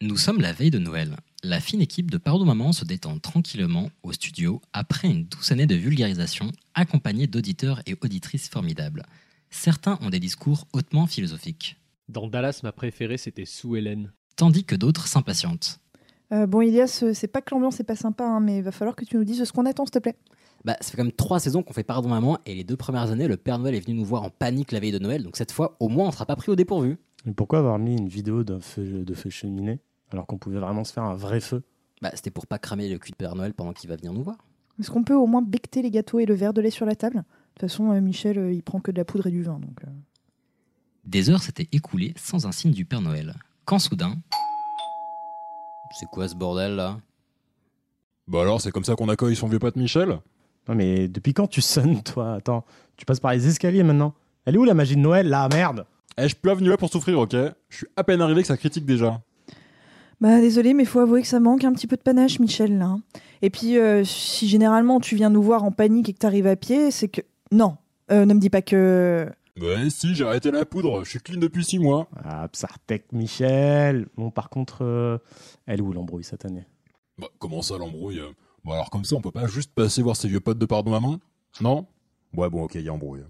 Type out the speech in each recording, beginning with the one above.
Nous sommes la veille de Noël. La fine équipe de Pardon Maman se détend tranquillement au studio après une douce année de vulgarisation accompagnée d'auditeurs et auditrices formidables. Certains ont des discours hautement philosophiques, Dans Dallas, ma préférée, c'était Sue Ellen. tandis que d'autres s'impatientent. Euh, bon, Ilias, euh, c'est pas que l'ambiance est pas sympa, hein, mais il va falloir que tu nous dises ce qu'on attend, s'il te plaît. Bah, ça fait quand même trois saisons qu'on fait Pardon Maman, et les deux premières années, le Père Noël est venu nous voir en panique la veille de Noël, donc cette fois, au moins, on ne sera pas pris au dépourvu. Mais pourquoi avoir mis une vidéo d'un feu, de feu cheminée alors qu'on pouvait vraiment se faire un vrai feu Bah, c'était pour pas cramer le cul de Père Noël pendant qu'il va venir nous voir. Est-ce qu'on peut au moins becter les gâteaux et le verre de lait sur la table De toute façon, euh, Michel, euh, il prend que de la poudre et du vin, donc. euh. Des heures s'étaient écoulées sans un signe du Père Noël, quand soudain, C'est quoi ce bordel là Bah alors, c'est comme ça qu'on accueille son vieux pote Michel Non mais depuis quand tu sonnes toi Attends, tu passes par les escaliers maintenant. Elle est où la magie de Noël là Merde Eh, je suis pas venu là pour souffrir, ok Je suis à peine arrivé que ça critique déjà. Bah, désolé, mais faut avouer que ça manque un petit peu de panache, Michel, là. hein. Et puis, euh, si généralement tu viens nous voir en panique et que t'arrives à pied, c'est que. Non, euh, ne me dis pas que. Bah si, j'ai arrêté la poudre, je suis clean depuis 6 mois. Ah, Psartek Michel Bon par contre, euh, elle est où l'embrouille cette année Bah comment ça l'embrouille euh Bah alors comme ça, on peut pas juste passer voir ses vieux potes de pardon maman Non Ouais bon ok, il y a embrouille.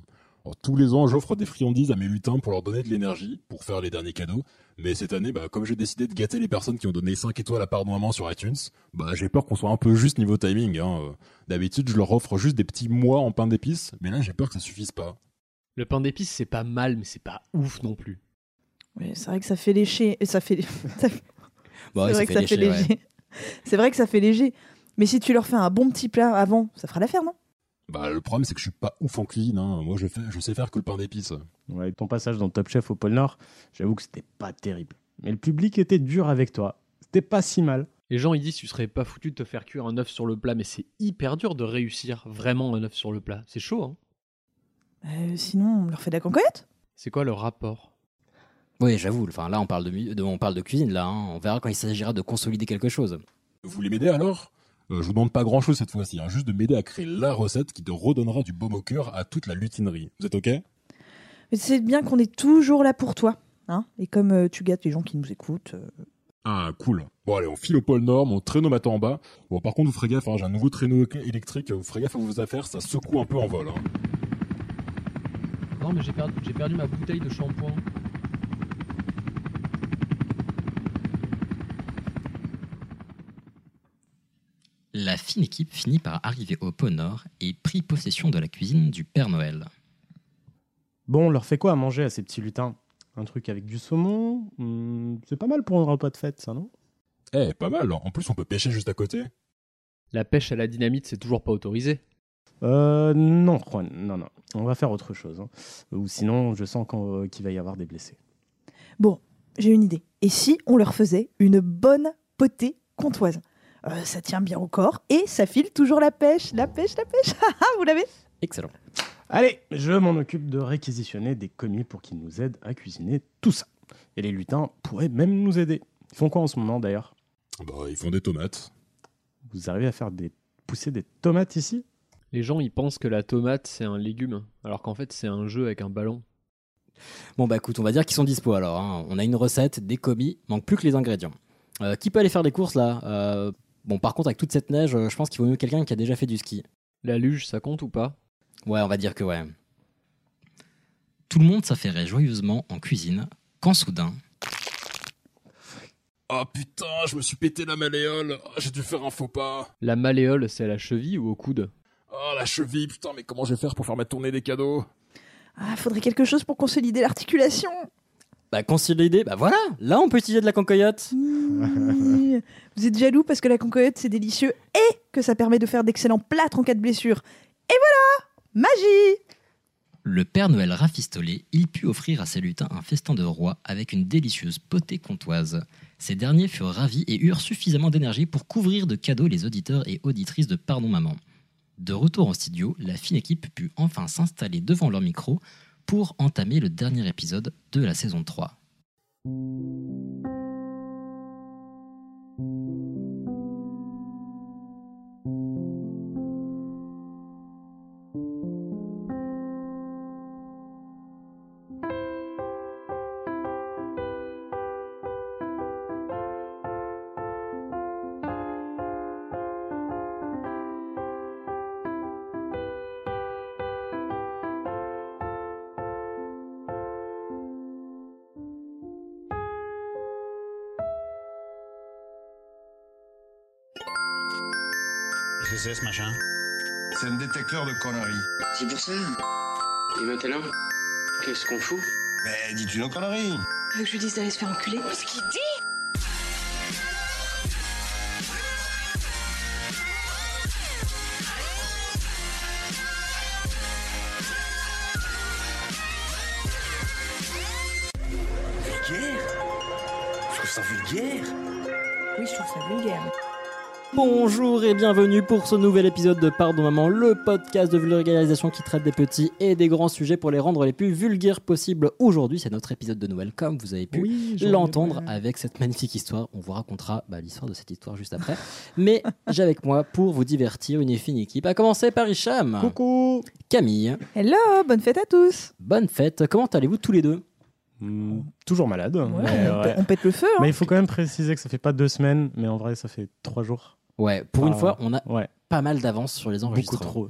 Alors, tous les ans, j'offre des friandises à mes lutins pour leur donner de l'énergie, pour faire les derniers cadeaux. Mais cette année, bah, comme j'ai décidé de gâter les personnes qui ont donné 5 étoiles à Pardon Maman sur iTunes, bah, j'ai peur qu'on soit un peu juste niveau timing. Hein. Euh, D'habitude, je leur offre juste des petits mois en pain d'épices, mais là, j'ai peur que ça suffise pas. Le pain d'épices, c'est pas mal, mais c'est pas ouf non plus. Ouais, c'est vrai que ça fait lécher. Et ça fait. ça fait- Bah, c'est ouais, vrai que ça fait ouais. léger. C'est vrai que ça fait léger. Mais si tu leur fais un bon petit plat avant, ça fera l'affaire, non Bah, le problème, c'est que je suis pas ouf en cuisine. Hein. Moi, je, fais, je sais faire que le pain d'épices. Ouais, ton passage dans Top Chef au pôle Nord, j'avoue que c'était pas terrible. Mais le public était dur avec toi. C'était pas si mal. Les gens, ils disent, tu serais pas foutu de te faire cuire un œuf sur le plat, mais c'est hyper dur de réussir vraiment un œuf sur le plat. C'est chaud, hein Euh, Sinon, on leur fait de la cancoyette C'est quoi le rapport Oui, j'avoue, enfin là on parle de, mu- de- on parle de cuisine là, hein. on verra quand il s'agira de consolider quelque chose. Vous voulez m'aider alors Euh, Je vous demande pas grand chose cette fois-ci, hein, juste de m'aider à créer la recette qui te redonnera du baume au cœur à toute la lutinerie. Vous êtes OK Mais c'est bien qu'on est toujours là pour toi. Hein et comme euh, tu gâtes les gens qui nous écoutent. euh, Ah, cool. Bon, allez, on file au pôle Nord, mon traîneau m'attend en bas. Bon, par contre, vous ferez gaffe, hein, j'ai un nouveau traîneau é- électrique, vous ferez gaffe à vos affaires, ça secoue un peu en vol. hein. Non, mais j'ai perdu, j'ai perdu ma bouteille de shampoing. la fine équipe finit par arriver au Pôle Nord et prit possession de la cuisine du Père Noël. Bon, on leur fait quoi à manger à ces petits lutins Un truc avec du saumon Hmm, C'est pas mal pour un repas de fête, ça, non Eh, pas mal, en plus on peut pêcher juste à côté. La pêche à la dynamite, c'est toujours pas autorisé. Euh, non, Juan, non, non. On va faire autre chose. hein. Ou sinon, je sens qu'en- euh, qu'il va y avoir des blessés. J'ai une idée. Et si on leur faisait une bonne potée comtoise Euh, Ça tient bien au corps et ça file toujours la pêche, la pêche, la pêche. Ah, ah, Vous l'avez Excellent. Allez, je m'en occupe de réquisitionner des commis pour qu'ils nous aident à cuisiner tout ça. Et les lutins pourraient même nous aider. Ils font quoi en ce moment, d'ailleurs Bah, ils font des tomates. Vous arrivez à faire des... pousser des tomates ici Les gens, ils pensent que la tomate, c'est un légume, alors qu'en fait, c'est un jeu avec un ballon. Bon bah écoute, on va dire qu'ils sont dispo alors. hein. On a une recette, des commis, manque plus que les ingrédients. Euh, qui peut aller faire des courses là Euh, Bon par contre avec toute cette neige, euh, je pense qu'il vaut mieux quelqu'un qui a déjà fait du ski. La luge, ça compte ou pas Ouais, on va dire que ouais. Tout le monde s'affairait joyeusement en cuisine quand soudain, Ah putain, je me suis pété la malléole, Ah, j'ai dû faire un faux pas. La malléole, c'est à la cheville ou au coude Ah, la cheville, putain, mais comment je vais faire pour faire ma tournée des cadeaux Ah, faudrait quelque chose pour consolider l'articulation. Bah consolider, bah voilà, là on peut utiliser de la cancoyote. Mmh. Vous êtes jaloux parce que la concoyette c'est délicieux et que ça permet de faire d'excellents plâtres en cas de blessure. Et voilà Magie le Père Noël rafistolé, il put offrir à ses lutins un festin de roi avec une délicieuse potée comtoise. Ces derniers furent ravis et eurent suffisamment d'énergie pour couvrir de cadeaux les auditeurs et auditrices de Pardon Maman. De retour en studio, la fine équipe put enfin s'installer devant leur micro pour entamer le dernier épisode de la saison 3. que c'est ce machin C'est un détecteur de conneries. C'est pour ça. Et ben, maintenant, qu'est-ce qu'on fout Mais dis-tu nos conneries Tu veux que je lui dise d'aller se faire enculer Ce qu'il dit Vulgaire Je trouve ça vulgaire Oui, je trouve ça vulgaire. Bonjour et bienvenue pour ce nouvel épisode de Pardon Maman, le podcast de vulgarisation qui traite des petits et des grands sujets pour les rendre les plus vulgaires possibles. Aujourd'hui, c'est notre épisode de Noël, comme vous avez pu l'entendre avec cette magnifique histoire. On vous racontera bah, l'histoire de cette histoire juste après. Mais j'ai avec moi pour vous divertir une fine équipe, à commencer par Hicham, Coucou Camille. Hello, bonne fête à tous Bonne fête, comment allez-vous tous les deux Hmm, Toujours malade. Ouais, mais, on, ouais. pè- on pète le feu. hein. Mais il faut quand même préciser que ça fait pas deux semaines, mais en vrai, ça fait trois jours. Ouais, pour une Ah. fois, on a Ouais, pas mal d'avance sur les beaucoup enregistrements. trop.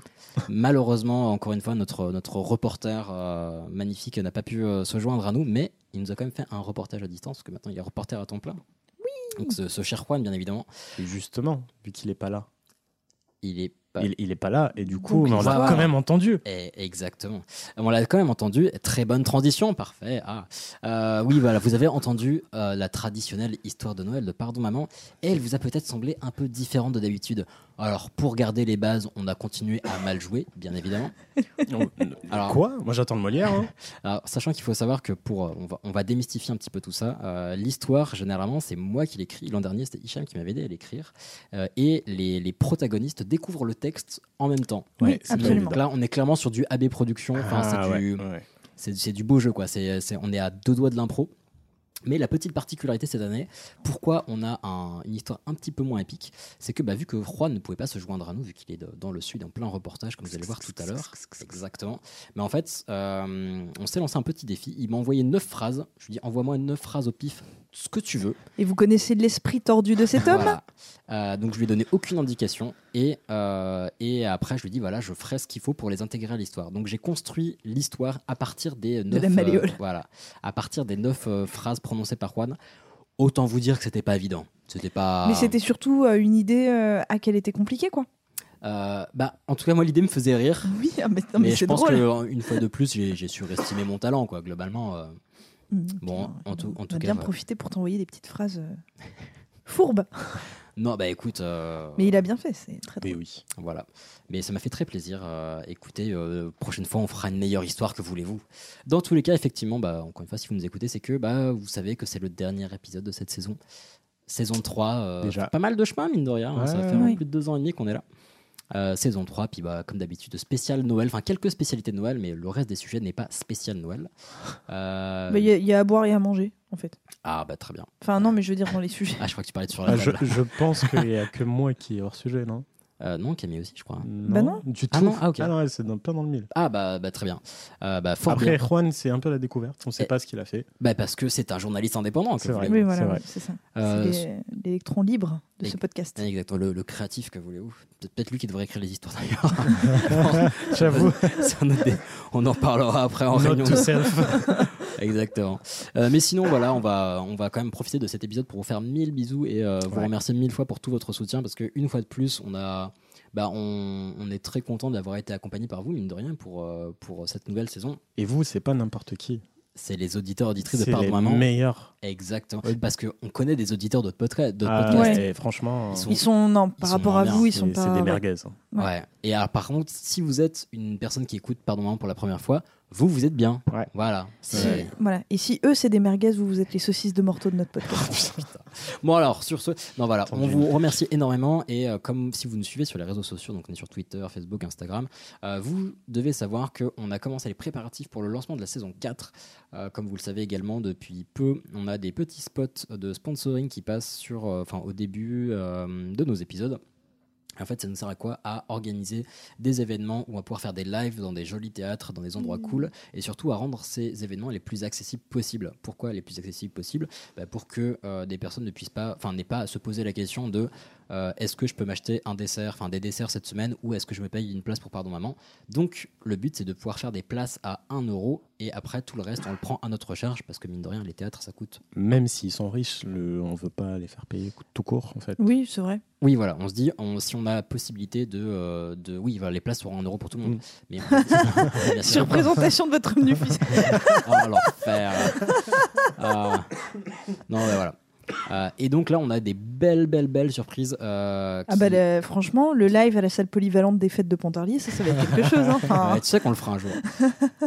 Malheureusement, encore une fois, notre, notre reporter euh, magnifique n'a pas pu euh, se joindre à nous, mais il nous a quand même fait un reportage à distance, parce que maintenant il est reporter à temps plein. Oui. Donc ce, ce cher Juan, bien évidemment, Et justement, vu qu'il est pas là, il est pas. il, il est pas là, et du coup, il mais on l'a Bah. va- quand même entendu. Eh, Exactement. On l'a quand même entendu. Très bonne transition, parfait. Ah. Euh, oui, voilà, vous avez entendu euh, la traditionnelle histoire de Noël de Pardon Maman, et elle vous a peut-être semblé un peu différente de d'habitude. Alors, pour garder les bases, on a continué à mal jouer, bien évidemment. Alors- Quoi Moi, j'attends le Molière. hein. Alors, sachant qu'il faut savoir que pour, euh, on va, on va démystifier un petit peu tout ça. euh, L'histoire, généralement, c'est moi qui l'écris. L'an dernier, c'était Hicham qui m'avait aidé à l'écrire. Euh, et les, les protagonistes découvrent le texte en même temps. Oui, Ouais, c'est pas absolument. évident. Donc là, on est clairement sur du AB Production. Enfin, Ah, c'est du, ouais, ouais. c'est- c'est du beau jeu, quoi. C'est- c'est- on est à deux doigts de l'impro. Mais la petite particularité cette année, pourquoi on a un- une histoire un petit peu moins épique, c'est que bah, vu que Juan ne pouvait pas se joindre à nous, vu qu'il est de- dans le sud en plein reportage, comme vous allez voir tout à l'heure, exactement. Mais en fait, euh, on s'est lancé un petit défi. Il m'a envoyé neuf phrases. Je lui dis envoie-moi neuf phrases au pif, ce que tu veux. Et vous connaissez l'esprit tordu de cet homme Voilà. Euh, donc je lui ai donné aucune indication et, euh, et après je lui ai dit voilà je ferai ce qu'il faut pour les intégrer à l'histoire. Donc j'ai construit l'histoire à partir des neuf la malléole. euh, voilà à partir des neuf euh, phrases prononcées par Juan. Autant vous dire que c'était pas évident. C'était pas. Mais c'était surtout euh, une idée euh, à quelle était compliquée, quoi. Euh, bah en tout cas moi l'idée me faisait rire. Oui, ah, mais, non, Mais, mais je c'est pense drôle. que en- une fois de plus j'ai j'ai surestimé mon talent quoi globalement. euh, Mmh, Bon, putain, en tout- en on tout cas, bah. a bien voilà. profité pour t'envoyer des petites phrases euh, fourbes. Non bah écoute. euh, Mais il a bien fait, c'est très Mais drôle. oui. Voilà. Mais ça m'a fait très plaisir. Euh, écoutez, euh, prochaine fois, on fera une meilleure histoire que voulez-vous. Dans tous les cas, effectivement, bah, encore une fois, si vous nous écoutez, c'est que bah, vous savez que c'est le dernier épisode de cette saison. Saison 3, euh, Déjà. fait pas mal de chemin, mine de rien. hein. Ça va Ouais. faire Oui. plus de deux ans et demi qu'on est là. Euh, saison 3, puis bah, comme d'habitude, spécial Noël. Enfin, quelques spécialités de Noël, mais le reste des sujets n'est pas spécial Noël. Euh, Bah, Il y, a- il y a à boire et à manger, en fait. Ah, bah très bien. Enfin, non, mais je veux dire dans les sujets. Ah, je crois que tu parlais de sur la Ah, je, table. je pense qu'il n'y a que moi qui est hors sujet, non Euh, non, Camille aussi, je crois. Bah non. Du tout. Ah non, ah, ok. non, elle, c'est dans- plein dans le mille. Ah, bah, bah, très bien. Euh, bah, fort Après, bien. Juan, c'est un peu la découverte. On sait Eh. pas ce qu'il a fait. Bah, parce que c'est un journaliste indépendant. que C'est vous vrai. voulez. Oui, c'est voilà, vrai. oui, c'est ça. Euh, c'est les- l'électron libre de les- ce podcast. Ah, Exactement, le, le créatif que voulez-vous. Peut-être peut-être lui qui devrait écrire les histoires d'ailleurs. J'avoue. C'est un autre dé- on en parlera après en Note réunion. to self. Exactement. Euh, mais sinon, voilà, on va, on va quand même profiter de cet épisode pour vous faire mille bisous et euh, vous Ouais. remercier mille fois pour tout votre soutien parce qu'une fois de plus, on a. Bah, on, on est très content d'avoir été accompagné par vous, mine de rien, pour, euh, pour cette nouvelle saison. Et vous, c'est pas n'importe qui. C'est les auditeurs auditrices de C'est les Pardon Maman. meilleurs. Exactement. Ouais. Parce qu'on connaît des auditeurs d'autres podca- d'autres Ah, podcasts. et franchement, Ils sont- Ils sont, non, Ils par sont rapport à bien, vous, ils c'est- sont pas. c'est des ouais. merguez. hein. Ouais. Ouais. Et alors, par contre, si vous êtes une personne qui écoute Pardon Maman pour la première fois, vous, vous êtes bien. Ouais. Voilà. Si- Voilà. Et si eux, c'est des merguez, vous, vous êtes les saucisses de morteau de notre podcast. Bon, alors, sur ce. Non, voilà. Attendu. On vous remercie énormément. Et euh, comme si vous nous suivez sur les réseaux sociaux, donc on est sur Twitter, Facebook, Instagram, euh, vous devez savoir qu'on a commencé les préparatifs pour le lancement de la saison 4. Euh, comme vous le savez également, depuis peu, on a des petits spots de sponsoring qui passent sur, euh, enfin, au début euh, de nos épisodes. En fait, ça nous sert à quoi À organiser des événements où on va pouvoir faire des lives dans des jolis théâtres, dans des endroits cool, et surtout à rendre ces événements les plus accessibles possibles. Pourquoi les plus accessibles possibles Bah, Pour que euh, des personnes ne puissent pas, enfin, n'aient pas à se poser la question de euh, est-ce que je peux m'acheter un dessert, enfin des desserts cette semaine, ou est-ce que je me paye une place pour Pardon Maman. Donc, le but, c'est de pouvoir faire des places à 1 euro Et après, tout le reste, on le prend à notre charge parce que mine de rien, les théâtres, ça coûte. Même s'ils sont riches, le, on veut pas les faire payer tout court, en fait. Oui, c'est vrai. Oui, voilà, on se dit, on- si on a possibilité de. euh, de oui, voilà, les places seront en euros pour tout le monde. Mm. Mais. Bien sûr. Surprésentation de votre menu fiscal. Oh l'enfer Ah. Non, mais voilà. Euh, et donc là, on a des belles, belles, belles surprises. euh, Ah qui- bah le- franchement, le live à la salle polyvalente des fêtes de Pontarlier, ça, ça va être quelque chose. hein. Enfin, Ouais, tu sais qu'on le fera un jour.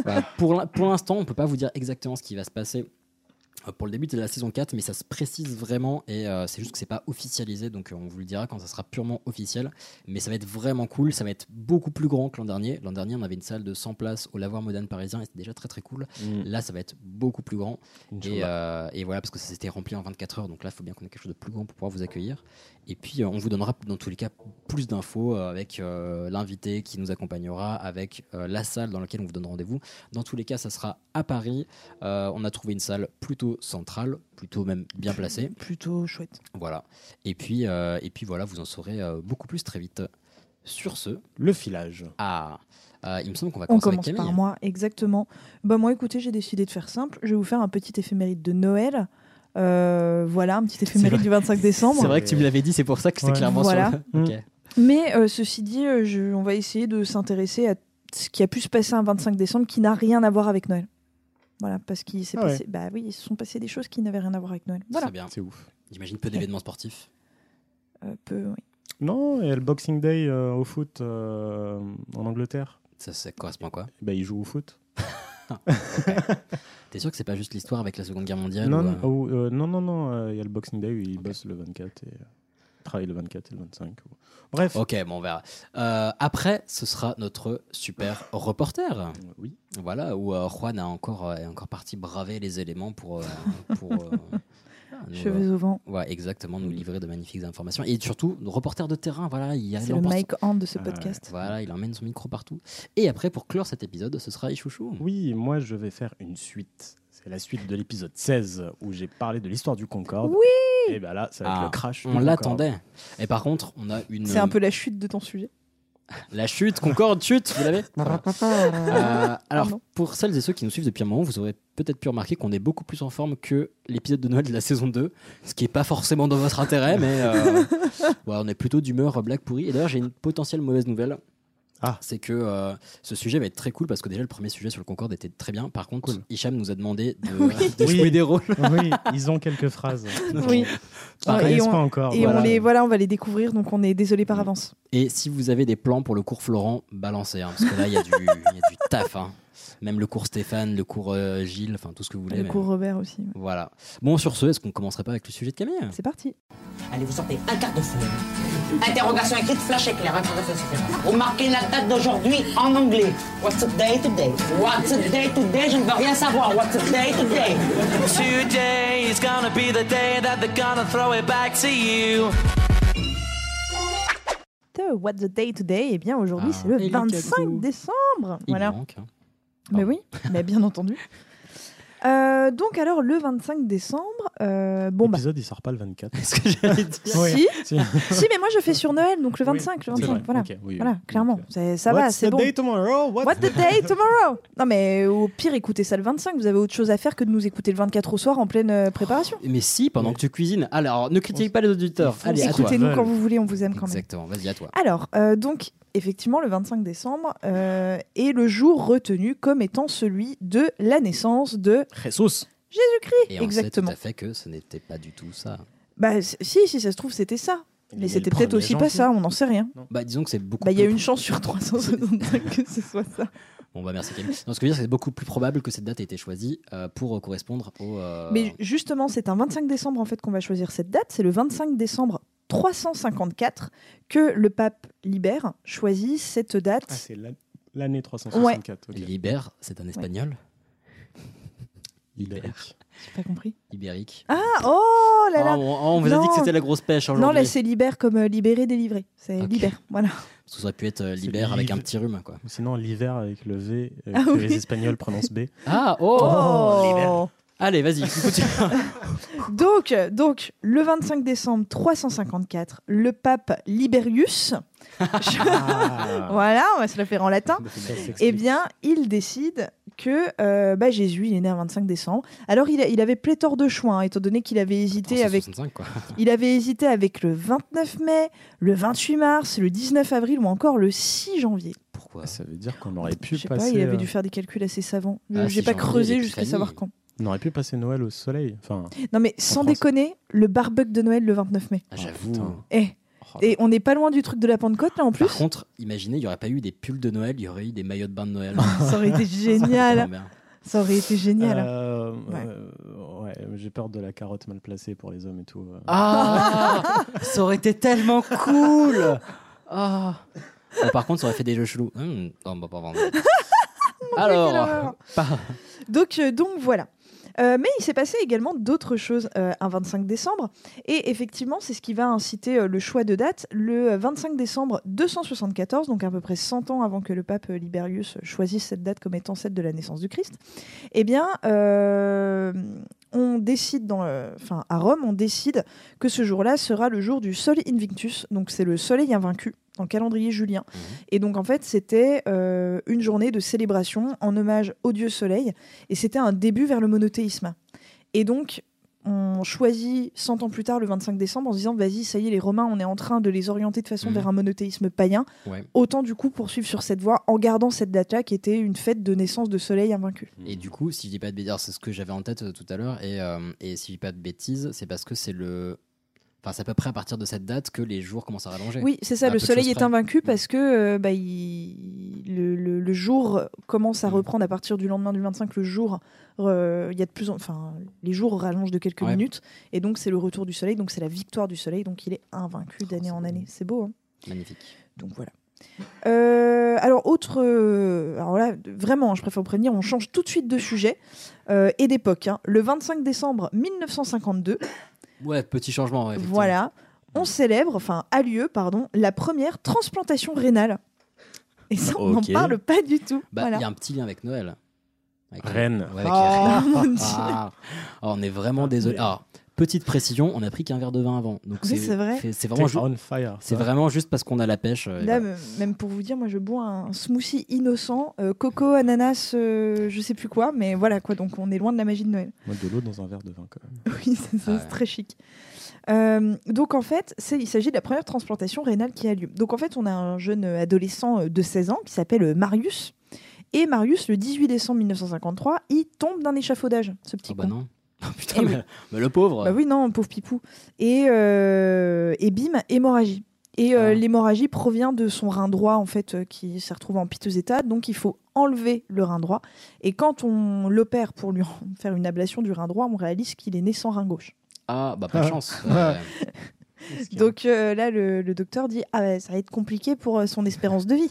Bah, pour l'in- pour l'instant, on peut pas vous dire exactement ce qui va se passer euh, pour le début de la saison 4, mais ça se précise vraiment et euh, c'est juste que c'est pas officialisé, donc euh, on vous le dira quand ça sera purement officiel. Mais ça va être vraiment cool, ça va être beaucoup plus grand que l'an dernier. L'an dernier, on avait une salle de 100 places au lavoir moderne parisien et c'était déjà très très cool. Là, ça va être beaucoup plus grand. Mm. Et, Inch'Allah. euh, et voilà, parce que ça s'était rempli en 24 heures, donc là, il faut bien qu'on ait quelque chose de plus grand pour pouvoir vous accueillir. Et puis, euh, on vous donnera dans tous les cas plus d'infos euh, avec euh, l'invité qui nous accompagnera, avec euh, la salle dans laquelle on vous donne rendez-vous. Dans tous les cas, ça sera à Paris. Euh, on a trouvé une salle plutôt centrale, plutôt même bien placée. plutôt chouette. Voilà. Et puis, euh, et puis voilà, vous en saurez euh, beaucoup plus très vite. Sur ce, Le filage. ah, euh, il me semble qu'on va On commencer commence avec par Camille. moi, exactement. Bah moi, écoutez, j'ai décidé de faire simple. Je vais vous faire un petit éphéméride de Noël. Euh, voilà, un petit éphéméride vrai. du 25 décembre. C'est vrai que tu me l'avais dit, c'est pour ça que c'était Ouais. clairement Voilà. sur le... Ok. Mais euh, ceci dit, euh, je- on va essayer de s'intéresser à ce qui a pu se passer un 25 décembre qui n'a rien à voir avec Noël. Voilà, parce qu'il s'est Ah ouais. passé. Bah oui, ils se sont passés des choses qui n'avaient rien à voir avec Noël. Voilà. Très bien. C'est ouf. J'imagine peu d'événements sportifs. Euh, peu, oui. Non, et le Boxing Day euh, au foot euh, en Angleterre, Ça, ça correspond à quoi bah, ils jouent au foot. T'es sûr que c'est pas juste l'histoire avec la Seconde Guerre mondiale Ah, non, ou, non, euh, oh, euh, non, non, non, euh, il y a le Boxing Day où ils bossent le 24 et euh, travaillent le 24 et le 25. ou- Bref. Ok, bon, on verra. Euh, après, ce sera notre super reporter. Oui. Voilà, où euh, Juan a encore, euh, est encore parti braver les éléments pour. euh, pour euh, nous, Cheveux au vent. euh, ouais, exactement, nous livrer de magnifiques informations. Et surtout, reporter de terrain, voilà, il C'est arrive le en porte- Mike Hand de ce Ah ouais. podcast. Voilà, il emmène son micro partout. Et après, pour clore cet épisode, ce sera Ichouchou. Oui, moi je vais faire une suite. C'est la suite de l'épisode 16 où j'ai parlé de l'histoire du Concorde. Oui Et bah là, ça va être Ah, le crash. On l'attendait. Et par contre, on a une. C'est un peu la chute de ton sujet. La chute, Concorde, chute, vous l'avez Euh, alors, Pardon. pour celles et ceux qui nous suivent depuis un moment, vous aurez peut-être pu remarquer qu'on est beaucoup plus en forme que l'épisode de Noël de la saison 2, ce qui n'est pas forcément dans votre intérêt, mais euh, ouais, on est plutôt d'humeur blague pourrie. Et d'ailleurs, j'ai une potentielle mauvaise nouvelle. Ah. C'est que euh, ce sujet va être très cool parce que déjà le premier sujet sur le Concorde était très bien. Par contre, Hicham nous a demandé de, de jouer Oui. des rôles. oui, ils ont quelques phrases. Oui. Pareil, Et c'est on- pas encore. Et Oh, voilà. on les voilà, on va les découvrir, donc on est désolé par Mm. avance. Et si vous avez des plans pour le cours Florent, balancez, hein, parce que là, il y, a du- il y a du taf. hein. Même le cours Stéphane, le cours euh, Gilles, enfin tout ce que Eh vous voulez. Le mais- cours Robert aussi. ouais. Voilà. Bon, sur ce, est-ce qu'on commencerait pas avec le sujet de Camille C'est parti. Allez, vous sortez un quart de fenêtre. Interrogation écrite, flash éclair. interrogation écrite. Vous marquez la date d'aujourd'hui en anglais. What's the day today? What's the day today? Je ne veux rien savoir. What's the day today? Today is gonna be the day that they're gonna throw it back to you. The What's the day today Eh bien, aujourd'hui, Ah. c'est le Et les 25 cacous. décembre. Il voilà. manque, hein. Mais oui, mais bien entendu. Euh, donc alors le 25 décembre, euh, bon bah L'épisode, il sort pas le 24. Est-ce que j'allais dire Ouais. si, Si. si mais moi je fais sur Noël donc le 25, le C'est vrai, 25, voilà, ok, oui, oui. voilà clairement, Ok. c'est- ça va, What's c'est the bon. day tomorrow What- What's the day tomorrow Non mais au pire écoutez ça le 25, vous avez autre chose à faire que de nous écouter le 24 au soir en pleine euh, préparation. Mais si, pendant Oui. que tu cuisines. Alors, ne critique pas les auditeurs. Ils font Allez, à toi. Écoutez-nous Veulent. quand vous voulez, on vous aime quand même. Exactement, vas-y, à toi. Alors, euh, donc, effectivement, le 25 décembre euh, est le jour retenu comme étant celui de la naissance de Jesus Jésus-Christ. Et on Exactement. sait tout à fait que ce n'était pas du tout ça. Bah, c- si, si ça se trouve, c'était ça. Il Mais est c'était le peut-être premier aussi pas gentil. ça, on n'en sait rien. Bah, disons que c'est beaucoup Bah, il y a plus- une chance sur 365 que ce soit ça. Bon, bah, merci Camille. Non, ce que je veux dire, c'est beaucoup plus probable que cette date ait été choisie euh, pour euh, correspondre au. euh, Mais justement, c'est un 25 décembre en fait qu'on va choisir cette date. C'est le 25 décembre 354 que le pape Libère choisit cette date. Ah, c'est la- l'année 364. ok. Libère, c'est un espagnol Libère. J'ai pas compris. Ibérique. Ah, oh là Ah, là on, on vous a dit Non. que c'était la grosse pêche Non, là, aujourd'hui. c'est Libère comme euh, libéré, délivré. C'est Ok. Libère, voilà. Parce que ça aurait pu être euh, C'est Libère avec liv- un petit rhume, quoi. Ou Sinon, l'hiver avec le V, euh, Ah que oui. les Espagnols prononcent B. Ah, oh, Oh. Allez, vas-y. continue. donc, euh, donc, le 25 décembre 354, le pape Liberius, Ah. Ah. voilà, on va se le faire en latin, Ça s'explique. eh bien, il décide que euh, bah, Jésus, il est né un 25 décembre. Alors, il, a- il avait pléthore de choix, hein, étant donné qu'il avait hésité avec. 365, quoi. Il avait hésité avec le 29 mai, le 28 mars, le 19 avril ou encore le 6 janvier. Pourquoi Ça veut dire qu'on aurait pu Je sais pas, passer. il avait euh, dû faire des calculs assez savants. Ah, Euh, J'ai si, pas j'en ai creusé des jusqu'à familles. savoir quand. On aurait pu passer Noël au soleil. Enfin, Non mais en sans France. déconner, le barbecue de Noël le 29 mai. Ah, j'avoue. Oh, Eh, et on n'est pas loin du truc de la Pentecôte là en plus. Par contre, imaginez, il n'y aurait pas eu des pulls de Noël, il y aurait eu des maillots de bain de Noël. Ça aurait été génial. Ça aurait été génial. Euh, Ouais. euh, ouais, j'ai peur de la carotte mal placée pour les hommes et tout. euh. Ah Ça aurait été tellement cool Ah Bon, Par contre, ça aurait fait des jeux chelous. Hum, non, bah, pas vraiment. Ah, quelle Alors, horreur. Donc, euh, donc voilà. Euh, mais il s'est passé également d'autres choses euh, un 25 décembre. Et effectivement, c'est ce qui va inciter euh, le choix de date. Le euh, 25 décembre 274, donc à peu près 100 ans avant que le pape euh, Liberius choisisse cette date comme étant celle de la naissance du Christ, eh bien, euh, on décide, dans, le- enfin, à Rome, on décide que ce jour-là sera le jour du Sol Invictus. Donc c'est le soleil invaincu dans le calendrier julien. Et donc en fait, c'était euh, une journée de célébration en hommage au dieu soleil, et c'était un début vers le monothéisme. Et donc, on choisit 100 ans plus tard, le 25 décembre, en se disant, vas-y, ça y est, les Romains, on est en train de les orienter de façon Mhm. vers un monothéisme païen. Ouais. Autant du coup poursuivre sur cette voie en gardant cette date-là qui était une fête de naissance de soleil invaincu. Et du coup, si je dis pas de bêtises, alors, c'est ce que j'avais en tête euh, tout à l'heure, et, euh, et si je dis pas de bêtises, c'est parce que c'est le. Enfin, c'est à peu près à partir de cette date que les jours commencent à rallonger. Oui, c'est À ça, le peu de Mm. soleil choses est près. invaincu parce que euh, bah, il- le, le- le jour commence à Mm. reprendre à partir du lendemain du 25. Le jour, euh, il y a de plus en... enfin, les jours rallongent de quelques Ouais. minutes et donc c'est le retour du soleil, donc c'est la victoire du soleil, donc il est Oh, invaincu d'année en année. C'est beau, hein Magnifique. donc voilà. Euh, alors, autre. euh, alors là, de- vraiment, je préfère vous prévenir, on change tout de suite de sujet euh, et d'époque. hein. Le 25 décembre 1952, Ouais, petit changement. ouais, effectivement. Ah voilà, on célèbre, enfin, a lieu, pardon, la première transplantation rénale. Et ça, on n'en Ok. parle pas du tout. Bah, il voilà. y a un petit lien avec Noël. Avec- Rennes. Ouais, avec Ah, les- mon Dieu. Ah. Alors, on est vraiment désolé. Alors, petite précision, on a pris qu'un verre de vin avant. Donc Oui, c'est vrai. fait- C'est vraiment, T'es ju- on fire. c'est toi. vraiment juste parce qu'on a la pêche. euh, et Là, voilà. me- même pour vous dire, moi je bois un smoothie innocent, euh, coco, ananas, euh, je sais plus quoi, mais voilà quoi, donc on est loin de la magie de Noël. Moi, de l'eau dans un verre de vin, quand même. Oui, c'est ça, Ah c'est ouais. très chic. Euh, donc en fait, c'est- il s'agit de la première transplantation rénale qui a lieu. Donc en fait, on a un jeune adolescent euh, de 16 ans qui s'appelle euh, Marius. Et Marius, le 18 décembre 1953, il tombe d'un échafaudage, ce petit Ah bah con. non. Ah, putain, Eh mais, oui. mais le pauvre. Bah oui, non, pauvre pipou. Et, euh, et bim, hémorragie. Et euh, Ah. l'hémorragie provient de son rein droit, en fait, euh, qui s'est retrouvé en piteux état. Donc, il faut enlever le rein droit. Et quand on l'opère pour lui en faire une ablation du rein droit, on réalise qu'il est né sans rein gauche. Ah, bah pas de Ah. chance. Ouais. Euh, Donc euh, là, le, le docteur dit Ah, ouais, ça va être compliqué pour euh, son espérance de vie.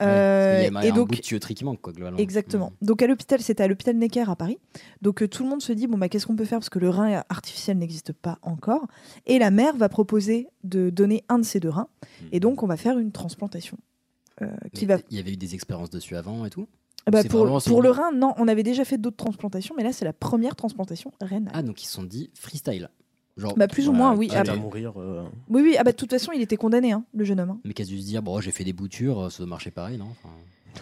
Euh, ouais, parce qu'il y a et un bout de donc, tuyauterie qui manque, quoi, globalement. Mm, exactement. Donc à l'hôpital, c'était à l'hôpital Necker à Paris. Donc euh, tout le monde se dit Bon, bah, qu'est-ce qu'on peut faire Parce que le rein artificiel n'existe pas encore. Et la mère va proposer de donner un de ses deux Mm. reins. Et donc, on va faire une transplantation. euh, Mais qui va... Il y avait eu des expériences dessus avant et tout. Bah, c'est pour vraiment- c'est pour le une- rein, non, on avait déjà fait d'autres transplantations, mais là, c'est la première transplantation rénale. Ah, donc ils se sont dit freestyle. Genre, bah, plus ou moins, oui. quitte Ah, bah- à mourir. euh, oui, oui. Ah, bah, de toute façon, il était condamné, hein, le jeune homme. hein. mais qu'est-ce dû se dire, bon, j'ai fait des boutures, euh, ça doit marcher pareil, non Enfin,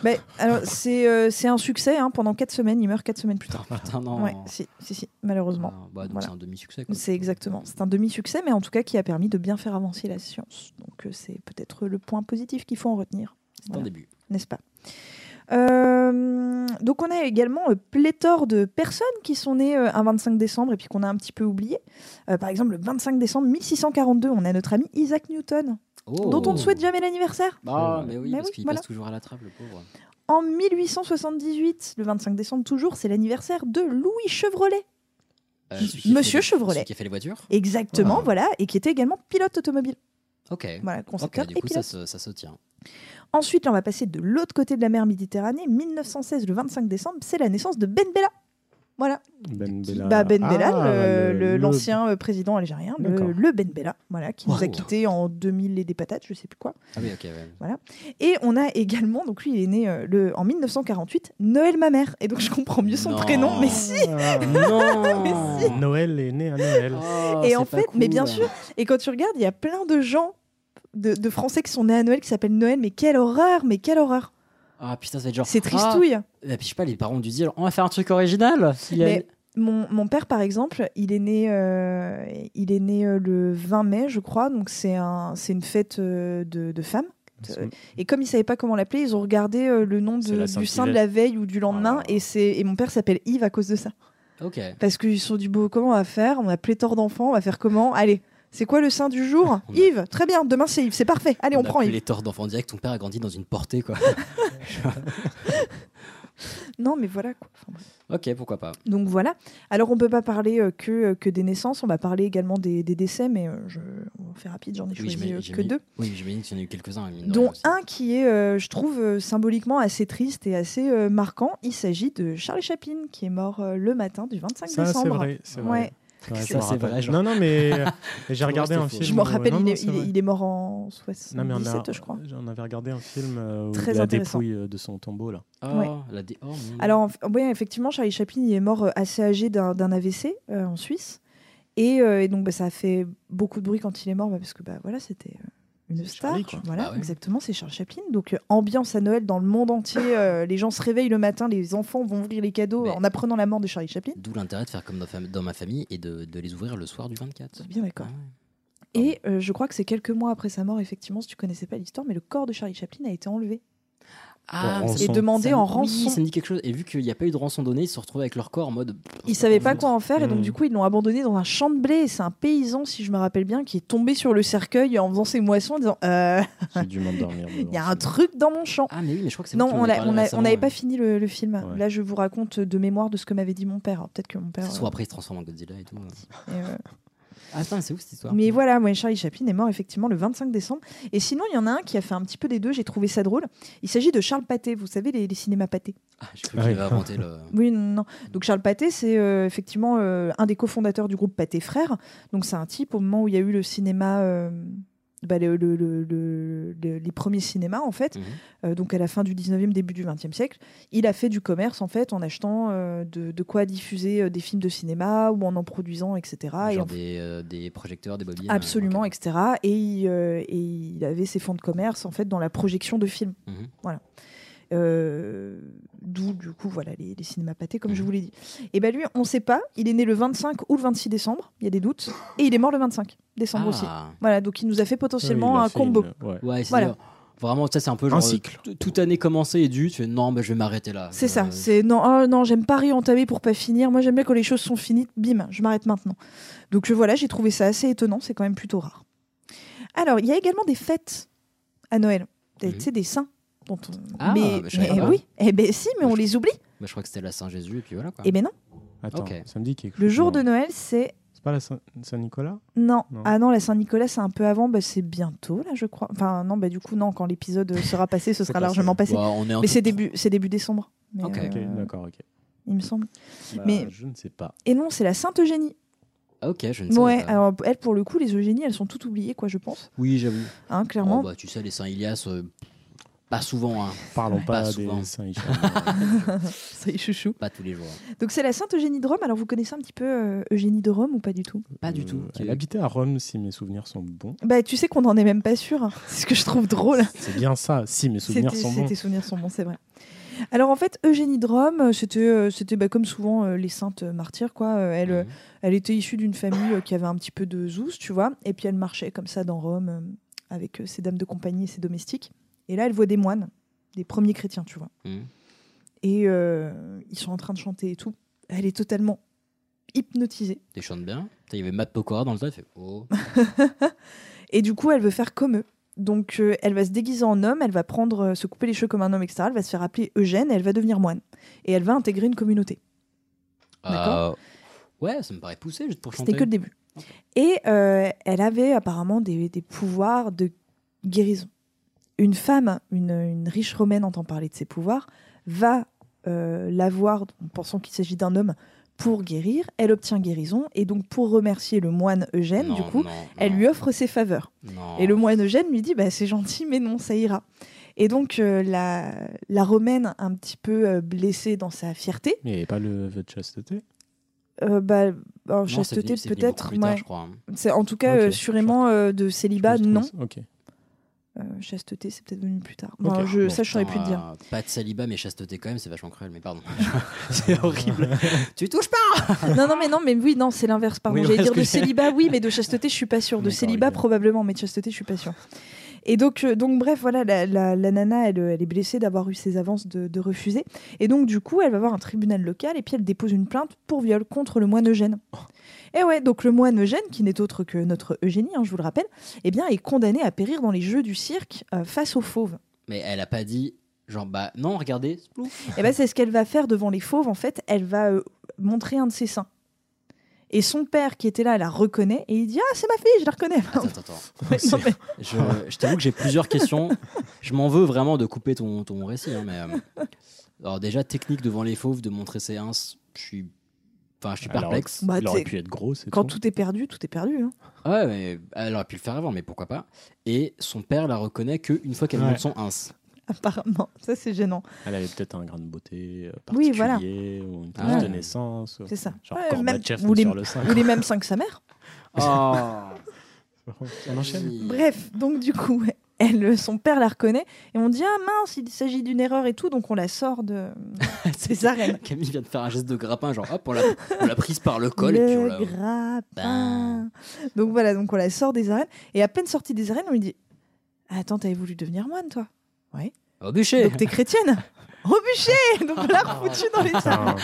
Mais, alors, c'est euh, c'est un succès. hein, pendant 4 semaines, il meurt 4 semaines plus tard. Putain, non. Ouais, si, si, si, malheureusement. Ah, bah, donc Voilà. c'est un demi-succès. quoi. C'est exactement. C'est un demi-succès, mais en tout cas qui a permis de bien faire avancer la science. Donc, euh, c'est peut-être le point positif qu'il faut en retenir, C'est un Voilà. début. n'est-ce pas Euh, donc on a également euh, pléthore de personnes qui sont nées euh, un 25 décembre et puis qu'on a un petit peu oublié. Euh, par exemple, le 25 décembre 1642, on a notre ami Isaac Newton, Oh. dont on ne souhaite jamais l'anniversaire. Ah, Ouais. mais oui, Mais parce oui, qu'il voilà. passe toujours à la trappe, le pauvre. En 1878, le 25 décembre toujours, c'est l'anniversaire de Louis Chevrolet. Euh, Monsieur celui qui a fait les- Chevrolet. Celui qui a fait les voitures Exactement, Ah. voilà, et qui était également pilote automobile. Ok. Voilà, Ok, concepteur du et coup, ça pilote. se, ça se tient. Ensuite, là, on va passer de l'autre côté de la mer Méditerranée, 1916, le 25 décembre, c'est la naissance de Ben Bella. Voilà, Ben qui- Bella. bah, Ben Bella, Ah, le- le- le- le- l'ancien euh, président algérien, le, D'accord. le Ben Bella, voilà, qui nous a Waouh. quittés en 2000 et des patates, je sais plus quoi. Ah oui, ok, ouais. Et on a également, donc lui, il est né euh, le, en 1948, Noël ma mère. Et donc, je comprends mieux son Non. prénom, mais si Ah, Non Noël est né à Noël. Oh, Et c'est en pas fait, mais cool. bien sûr, et quand tu regardes, il y a plein de gens, de, de Français qui sont nés à Noël, qui s'appellent Noël, mais quelle horreur, mais quelle horreur. Ah putain, ça va être genre. C'est tristouille. Ah, et puis je sais pas, les parents ont dû dire on va faire un truc original. Il y a- Mais mon, mon père, par exemple, il est né, euh, il est né euh, le 20 mai, je crois. Donc, c'est un, c'est une fête euh, de, de femmes. Euh, Et comme ils savaient pas comment l'appeler, ils ont regardé euh, le nom de- la Ah du Saint-Sylvestre. saint de la veille ou du lendemain. Et, c'est, et mon père s'appelle Yves à cause de ça. Ok. Parce qu'ils se sont du beau, comment on va faire On a pléthore d'enfants, on va faire comment Allez, c'est quoi le saint du jour Yves, très bien, demain c'est Yves, c'est parfait. Allez, on, a prend appelé Yves. les torts d'enfants direct. Ton père a grandi dans une portée, quoi. Non, mais voilà quoi. Enfin, bref. ok, pourquoi pas. Donc voilà. Alors on peut pas parler euh, que, euh, que des naissances, on va parler également des, des décès, mais euh, je, on fait rapide, j'en ai Oui, choisi j'imagine- euh, que j'imagine- deux. Oui, j'imagine qu'il y en a eu quelques-uns. mine de rien Dont aussi. un qui est, euh, je trouve, euh, symboliquement assez triste et assez euh, marquant. Il s'agit de Charlie Chaplin, qui est mort euh, le matin du 25 Ça, c'est décembre. vrai, c'est vrai. Ouais. C'est vrai, Ça, je me c'est rappelle. vrai, genre. Non, non, mais euh, Je j'ai me regardé reste un faux. film. Je me rappelle, non, il, non, est, c'est il est- vrai. il est mort en Non, mais on 77, a- je crois. j'en avais regardé un film euh, où Très la intéressant. dépouille euh, de son tombeau là. Ah, Ouais. la dé- oh, mon- Alors, en f- oui, effectivement, Charlie Chaplin il est mort euh, assez âgé d'un d'un AVC euh, en Suisse. Et, euh, et donc, bah, ça a fait beaucoup de bruit quand il est mort, bah, parce que bah, voilà, c'était euh, une star. Charlie, quoi. Voilà, Bah ouais. exactement, c'est Charlie Chaplin. Donc, euh, ambiance à Noël dans le monde entier. euh, les gens se réveillent le matin, les enfants vont ouvrir les cadeaux Mais- en apprenant la mort de Charlie Chaplin. D'où l'intérêt de faire comme dans, fam- dans ma famille et de, de les ouvrir le soir du 24. Bien d'accord. Ah ouais. Et euh, je crois que c'est quelques mois après sa mort, effectivement, si tu connaissais pas l'histoire, mais le corps de Charlie Chaplin a été enlevé. Ah, En ça- rançon. Et demandé ça- en oui, rançon. ça me dit quelque chose. Et vu qu'il n'y a pas eu de rançon donnée, ils se retrouvent avec leur corps Mmh. en mode. Ils savaient pas quoi en faire et Mhm. donc du coup ils l'ont abandonné dans un champ de blé. Et C'est un paysan, si je me rappelle bien, qui est tombé sur le cercueil en faisant ses moissons en disant Euh, J'ai dû m'endormir. il y a un truc dans mon champ. Ah, mais oui, mais je crois que c'est. vous Non, qui en on avez l'a- parlé on l'a- on récemment, n'avait ouais. pas fini le, le film. Ouais. Là, je vous raconte de mémoire de ce que m'avait dit mon père. Alors, Peut-être que mon père. Ça se trouve, après, ils se transforment en Godzilla et tout. hein. euh, est, euh, Ah, putain, mais c'est ouf cette histoire. Mais voilà, ouais, Charlie Chaplin est mort effectivement le 25 décembre. Et sinon, il y en a un qui a fait un petit peu des deux, j'ai trouvé ça drôle. Il s'agit de Charles Pathé, vous savez, les, les cinémas Pathé. Ah, j'ai cru que j'avais Ouais. inventé le. Oui, non, non. Donc Charles Pathé, c'est euh, effectivement euh, un des cofondateurs du groupe Pathé Frères. Donc c'est un type au moment où il y a eu le cinéma, euh, bah, le- le- le- le- le- les premiers cinémas en fait, Mhm. euh, donc à la fin du 19e, début du 20e siècle, il a fait du commerce en fait en achetant euh, de, de quoi diffuser euh, des films de cinéma ou en en produisant, etc. Et Genre en- des, euh, des projecteurs, des bobines. Absolument, euh, ok. etc. Et il, euh, et il avait ses fonds de commerce en fait dans la projection de films. Mhm. Euh, D'où, du coup, voilà, les, les cinémas pâtés, comme je Mhm. vous l'ai dit. Et ben lui, on ne sait pas. Il est né le 25 ou le 26 décembre, il y a des doutes. Et il est mort le 25 décembre aussi. Ah. Voilà, donc il nous a fait potentiellement un combo. Ouais, c'est Voilà. dire, Vraiment, ça, c'est un peu genre. Un euh, cycle. t- Toute année commencée et due, tu fais non, mais je vais m'arrêter là. C'est Euh, ça, c'est non, oh non, j'aime pas réentamer pour pas finir. Moi, j'aime bien quand les choses sont finies, bim, je m'arrête maintenant. Donc euh, voilà, j'ai trouvé ça assez étonnant, c'est quand même plutôt rare. Alors, il y a également des fêtes à Noël, Des- Mhm. tu sais, des saints. Dont on... Ah, mais bah, je savais mais pas. oui, eh ben si, mais Moi, on je- les oublie. bah, je crois que c'était la Saint-Jésus et puis voilà quoi. Eh ben non, Attends, Ok. ça me dit quelque chose. le jour de non. Noël, c'est C'est pas la Saint- Saint-Nicolas Non. Non. Ah non, la Saint-Nicolas, c'est un peu avant, bah, c'est bientôt, là, je crois. Enfin, non, bah, du coup, non, quand l'épisode euh, sera passé, ce sera passé. largement passé. Bah, on est en Mais tout- c'est début, c'est début décembre, mais, Ok. euh, Ok, d'accord, ok. il me semble. Bah, Mais- Je ne sais pas. Et non, c'est la Sainte-Eugénie. Ah, ok, je ne sais Ouais, pas. alors, elles, pour le coup, les Eugénies, elles sont toutes oubliées, quoi, je pense. Oui, j'avoue. Hein, Oh, clairement. bah, tu sais, les Saint-Ilias, euh, pas souvent, hein. Parlons Pas pas, souvent. des Saint-Michel. Ça y est, chouchou. pas tous les jours. Donc, c'est la Sainte Eugénie de Rome. Alors, vous connaissez un petit peu euh, Eugénie de Rome ou pas du tout Pas du tout. Euh, Elle habitait à Rome, si mes souvenirs sont bons. Bah, tu sais qu'on n'en est même pas sûr. hein. C'est ce que je trouve drôle. C'est bien ça, si mes C'était- souvenirs sont c'est- bons. Tes souvenirs sont bons, c'est vrai. Alors, en fait, Eugénie de Rome, euh, c'était, euh, c'était bah, comme souvent euh, les saintes euh, martyrs, quoi. Euh, elle, euh, Mhm. elle était issue d'une famille euh, qui avait un petit peu de zouz, tu vois. Et puis, elle marchait comme ça dans Rome euh, avec euh, ses dames de compagnie et ses domestiques. Et là, elle voit des moines, des premiers chrétiens, tu vois. Mhm. et euh, ils sont en train de chanter et tout. Elle est totalement hypnotisée. Ils chantent bien. Putain, Il y avait Matt Pokora dans le tas, il fait Oh. Et du coup, elle veut faire comme eux. Donc, euh, elle va se déguiser en homme, elle va prendre, euh, se couper les cheveux comme un homme, etc. Elle va se faire appeler Eugène, et elle va devenir moine. Et elle va intégrer une communauté. D'accord. Euh, ouais, ça me paraît poussé juste pour chanter. C'était que le début. Et euh, elle avait apparemment des, des pouvoirs de guérison. Une femme, une, une riche romaine entend parler de ses pouvoirs, va euh, l'avoir en pensant qu'il s'agit d'un homme pour guérir. Elle obtient guérison et donc pour remercier le moine Eugène, du Non, coup, non, elle non, lui offre ses faveurs. non. Et le moine Eugène lui dit bah, C'est gentil, mais non, ça ira. Et donc, euh, la, la romaine, un petit peu euh, blessée dans sa fierté, Mais il n'y avait pas le vœu de chasteté euh, bah, en Non, c'est chasteté venu- c'est venu beaucoup peut-être, plus tard, ouais. je crois. hein. C'est- en tout cas Ok, euh, sûrement euh, de Je célibat, trouve non. ça- Ok. Euh, chasteté, c'est peut-être venu plus tard. Bon, je, ça, je saurais plus te dire. Pas de saliba, mais chasteté quand même, c'est vachement cruel, mais pardon. c'est horrible. tu touches pas non, non, mais non, mais oui, non, c'est l'inverse. Pardon, Oui, ouais, j'allais dire parce de que- célibat, oui, mais de chasteté, je suis pas sûre. De D'accord, célibat, probablement, mais de chasteté, je suis pas sûre. Et donc, euh, donc bref, voilà, la, la- la nana, elle, euh, elle est blessée d'avoir eu ses avances de, de refuser. Et donc, du coup, elle va voir un tribunal local et puis elle dépose une plainte pour viol contre le moine Eugène. Et ouais, donc le moine Eugène, qui n'est autre que notre Eugénie, hein, je vous le rappelle, eh bien, est condamné à périr dans les jeux du cirque euh, face aux fauves. Mais elle a pas dit, genre, bah non, regardez, splouf. Et ben c'est ce qu'elle va faire devant les fauves. En fait, elle va euh, montrer un de ses seins. Et son père, qui était là, elle la reconnaît et il dit Ah, c'est ma fille, je la reconnais. Attends, attends. hein, Je, je t'avoue que j'ai plusieurs questions. Je m'en veux vraiment de couper ton, ton récit. hein, mais, euh, Alors, déjà, technique devant les fauves de montrer ses ins, je suis. Enfin, je suis Elle aurait- perplexe. Bah, elle aurait t'sais, pu être grosse. Quand tout est perdu, tout est perdu. hein. Ouais, mais elle aurait pu le faire avant, mais pourquoi pas. Et son père la reconnaît qu'une fois qu'elle Ouais. monte son ins. Apparemment, ça c'est gênant. Elle avait peut-être un grain de beauté euh, Oui, particulier voilà. ou une Ah. tache de naissance. ou- C'est ça. Genre Ouais, Gorbatchev ou les, sur le sein. ou les mêmes seins que sa mère. On enchaîne Bref, donc du coup, elle, son père la reconnaît et on dit Ah mince, il s'agit d'une erreur et tout, donc on la sort de ses arènes. Camille vient de faire un geste de grappin, genre hop, on l'a, on l'a prise par le col et puis on le l'a. Ben. grappin. Donc voilà, donc on la sort des arènes et à peine sortie des arènes, on lui dit Attends, t'avais voulu devenir moine toi Ouais. Au bûcher Donc t'es chrétienne Au bûcher Donc on l'a refoutue dans les arènes.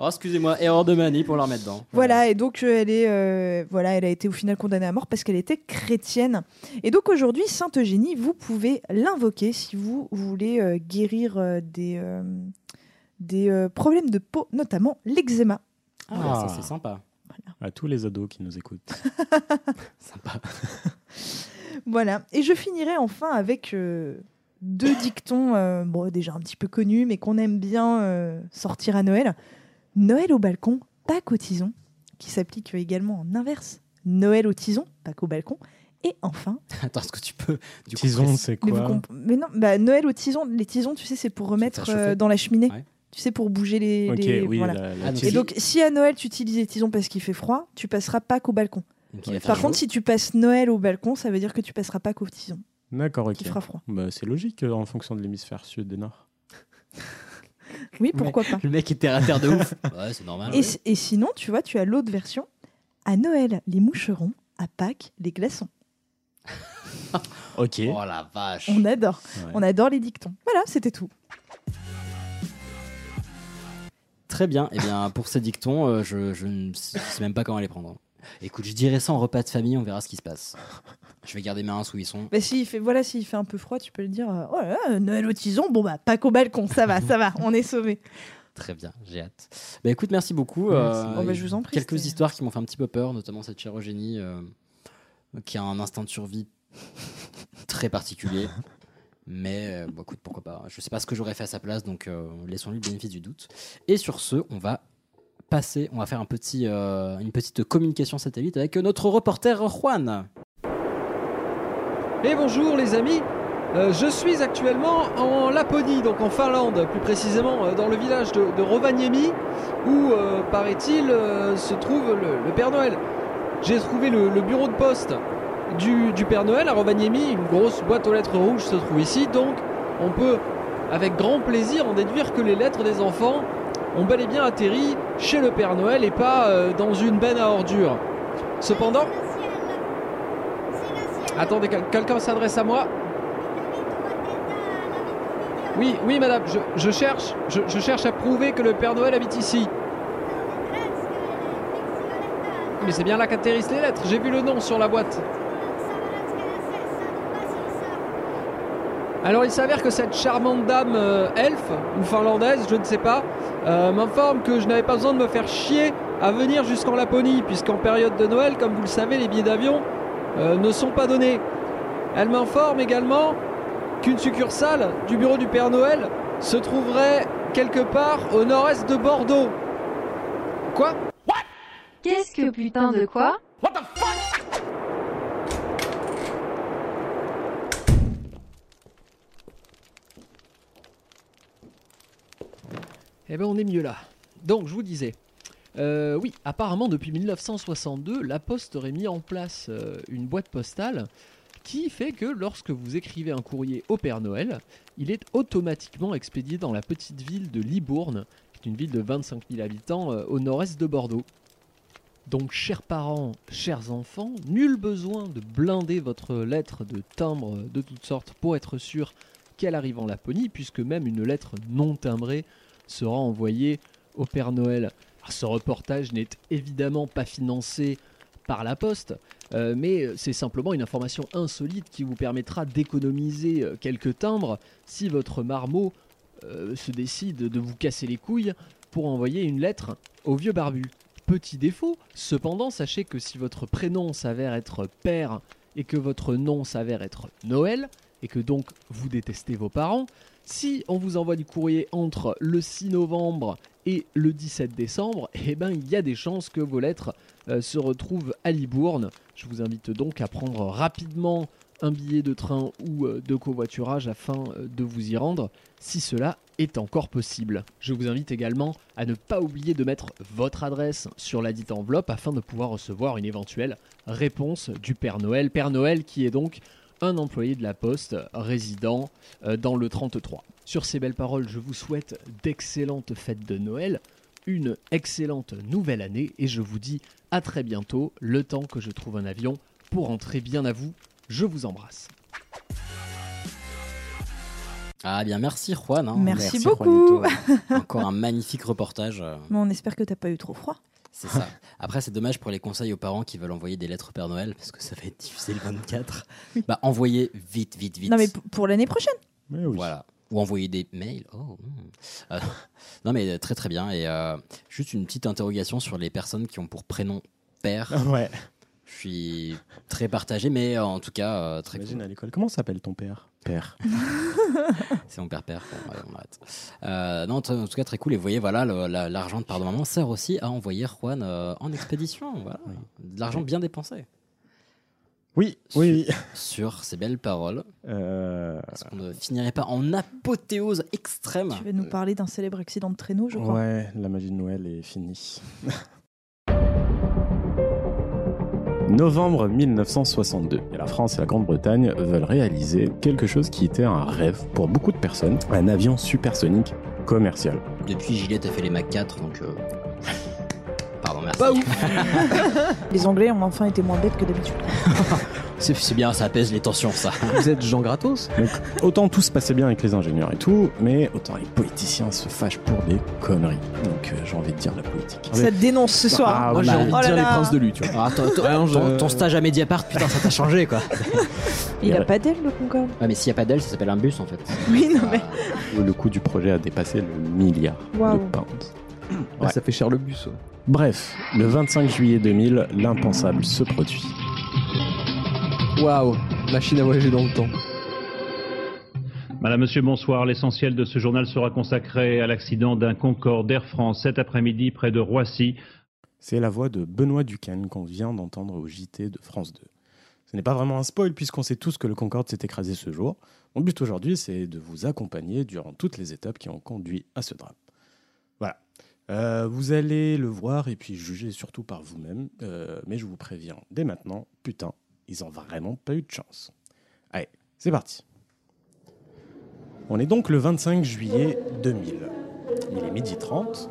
Oh, excusez-moi, erreur de manie pour la remettre dedans. Voilà, et donc euh, elle, est, euh, voilà, elle a été au final condamnée à mort parce qu'elle était chrétienne. Et donc aujourd'hui, Sainte Eugénie, vous pouvez l'invoquer si vous voulez euh, guérir euh, des, euh, des euh, problèmes de peau, notamment l'eczéma. Ah, ça, c'est sympa. À tous les ados qui nous écoutent. Voilà, et je finirai enfin avec euh, deux dictons, euh, bon, déjà un petit peu connus, mais qu'on aime bien euh, sortir à Noël. Noël au balcon, Pâques au tison, qui s'applique également en inverse. Noël au tison, Pâques au balcon. Et enfin, Attends, est-ce que tu peux. Du coup, Tison, préciser- c'est Mais, vous quoi comp- mais non, bah, Noël aux tisons, les tisons, tu sais, c'est pour remettre faire euh, chauffer. dans la cheminée. Ouais. Tu sais, pour bouger les. Ok, les- oui, voilà. la- Ah, la donc tison. Et donc, si à Noël, tu utilises les tisons parce qu'il fait froid, tu passeras pas qu'au balcon. Donc, il va faire Par chaud. contre, si tu passes Noël au balcon, ça veut dire que tu passeras pas qu'aux tisons, D'accord, ok. qui fera froid. Bah, c'est logique euh, en fonction de l'hémisphère sud et nord. Oui, pourquoi pas. Le mec est terre à terre de ouf. Ouais, c'est normal. Et, si- et sinon, tu vois, tu as l'autre version. À Noël, les moucherons. À Pâques, les glaçons. Ok. Oh la vache. On adore. Ouais. On adore les dictons. Voilà, c'était tout. Très bien. Et bien, pour ces dictons, euh, je, je ne sais je sais même pas comment les prendre. Écoute, je dirais ça en repas de famille, on verra ce qui se passe. Je vais garder mes uns où ils sont. Bah, s'il fait, voilà, s'il fait un peu froid, tu peux le dire. euh, oh là là, Noël au tison, bon bah, Pâques au balcon, ça va, ça va, on est sauvés. Très bien, j'ai hâte. Bah écoute, merci beaucoup. euh, Oh, bah, je vous en prie, Quelques c'était- histoires qui m'ont fait un petit peu peur, notamment cette chère Eugénie euh, qui a un instinct de survie très particulier. Mais euh, bon, écoute, pourquoi pas. Je sais pas ce que j'aurais fait à sa place, donc euh, laissons-lui le bénéfice du doute. Et sur ce, on va passer, on va faire un petit, euh, une petite communication satellite avec notre reporter Juan. Et bonjour les amis, Euh, je suis actuellement en Laponie, donc en Finlande, plus précisément euh, dans le village de, de Rovaniemi, où euh, paraît-il euh, se trouve le, le Père Noël. J'ai trouvé le, le bureau de poste du, du Père Noël à Rovaniemi, une grosse boîte aux lettres rouges se trouve ici, donc on peut avec grand plaisir en déduire que les lettres des enfants ont bel et bien atterri chez le Père Noël et pas euh, dans une benne à ordures. Cependant, Attendez, quel- quelqu'un s'adresse à moi Oui, oui, madame, je, je cherche, je, je cherche à prouver que le Père Noël habite ici. Mais c'est bien là qu'atterrissent les lettres, j'ai vu le nom sur la boîte. Alors il s'avère que cette charmante dame euh, elfe ou finlandaise, je ne sais pas, euh, m'informe que je n'avais pas besoin de me faire chier à venir jusqu'en Laponie, puisqu'en période de Noël, comme vous le savez, les billets d'avion euh, ne sont pas donnés. Elle m'informe également qu'une succursale du bureau du Père Noël se trouverait quelque part au nord-est de Bordeaux. Quoi Qu'est-ce que putain de quoi Eh ben on est mieux là. Donc je vous disais, euh, oui, apparemment depuis 1962, la Poste aurait mis en place euh, une boîte postale qui fait que lorsque vous écrivez un courrier au Père Noël, il est automatiquement expédié dans la petite ville de Libourne, qui est une ville de 25 000 habitants euh, au nord-est de Bordeaux. Donc, chers parents, chers enfants, nul besoin de blinder votre lettre de timbre de toutes sortes pour être sûr qu'elle arrive en Laponie, puisque même une lettre non timbrée sera envoyée au Père Noël. Alors, ce reportage n'est évidemment pas financé par la poste, euh, mais c'est simplement une information insolite qui vous permettra d'économiser euh, quelques timbres si votre marmot euh, se décide de vous casser les couilles pour envoyer une lettre au vieux barbu. Petit défaut, cependant, sachez que si votre prénom s'avère être père et que votre nom s'avère être Noël, et que donc vous détestez vos parents, si on vous envoie du courrier entre le 6 novembre et le 17 décembre, eh ben il y a des chances que vos lettres euh, se retrouvent à Libourne. Je vous invite donc à prendre rapidement un billet de train ou euh, de covoiturage afin euh, de vous y rendre, si cela est encore possible. Je vous invite également à ne pas oublier de mettre votre adresse sur la dite enveloppe afin de pouvoir recevoir une éventuelle réponse du Père Noël. Père Noël qui est donc un employé de la poste résident euh, dans le 33. Sur ces belles paroles, je vous souhaite d'excellentes fêtes de Noël, une excellente nouvelle année et je vous dis à très bientôt, le temps que je trouve un avion pour entrer bien à vous. Je vous embrasse. Ah bien, merci Oh, Juan. hein. Merci Juan beaucoup. Ito. Encore un magnifique reportage. euh, Mais on espère que t'as pas eu trop froid. C'est ça. Après, c'est dommage pour les conseils aux parents qui veulent envoyer des lettres au Père Noël parce que ça va être diffusé le 24. Bah, envoyez vite, vite, vite. Non, mais p- pour l'année prochaine. Voilà. Ou envoyer des mails. Oh, hmm. Euh, non, mais euh, très très bien. Et euh, juste une petite interrogation sur les personnes qui ont pour prénom père. Ouais. Je suis très partagé, mais euh, en tout cas, euh, très Imagine à l'école, comment s'appelle ton père Père. C'est mon père-père. Bon, allez, on arrête. Euh, non, t- en tout cas, très cool. Et vous voyez, voilà, le- la- l'argent de Pardon Maman sert aussi à envoyer Juan euh, en expédition. Voilà. De l'argent bien dépensé. Oui, oui, oui. Sur ces belles paroles. Est-ce qu'on ne finirait pas en apothéose extrême Ah, Tu vas euh. nous parler d'un célèbre accident de traîneau, je crois. Ouais, la magie de Noël est finie. Novembre 1962. Et la France et la Grande-Bretagne veulent réaliser quelque chose qui était un rêve pour beaucoup de personnes, un avion supersonique commercial. Depuis, Gillette a fait les Mac 4, donc. euh, Pardon, merci. Les Anglais ont enfin été moins bêtes que d'habitude. Ah, C'est c'est bien, ça apaise les tensions, ça. Vous êtes Jean Gratos Donc, Autant tout se passait bien avec les ingénieurs et tout, mais autant les politiciens se fâchent pour des conneries. Donc euh, j'ai envie de dire la politique. Ça te dénonce ce soir. Ah, moi, j'ai envie de Oh là dire les là. princes de lui, tu vois. Ah, ton, ton- non, je- ton- ton stage à Mediapart, putain, ça t'a changé quoi. Il a Ouais. pas d'aile, le Concorde. Ouais, mais s'il n'y a pas d'elle, ça s'appelle un bus en fait. Oui, non, mais. Le coût du projet a dépassé le milliard Waouh. de pounds. Ah, Ça fait cher le bus. ouais. Bref, le 25 juillet 2000, l'impensable se produit. Waouh, machine à voyager dans le temps. Madame, Monsieur, bonsoir. L'essentiel de ce journal sera consacré à l'accident d'un Concorde Air France cet après-midi près de Roissy. C'est la voix de Benoît Ducane qu'on vient d'entendre au JT de France 2. Ce n'est pas vraiment un spoil puisqu'on sait tous que le Concorde s'est écrasé ce jour. Mon but aujourd'hui, c'est de vous accompagner durant toutes les étapes qui ont conduit à ce drame. Voilà. Euh, vous allez le voir et puis juger surtout par vous-même, euh, mais je vous préviens dès maintenant, putain, ils ont vraiment pas eu de chance. Allez, c'est parti. On est donc le 25 juillet 2000. Il est midi 30.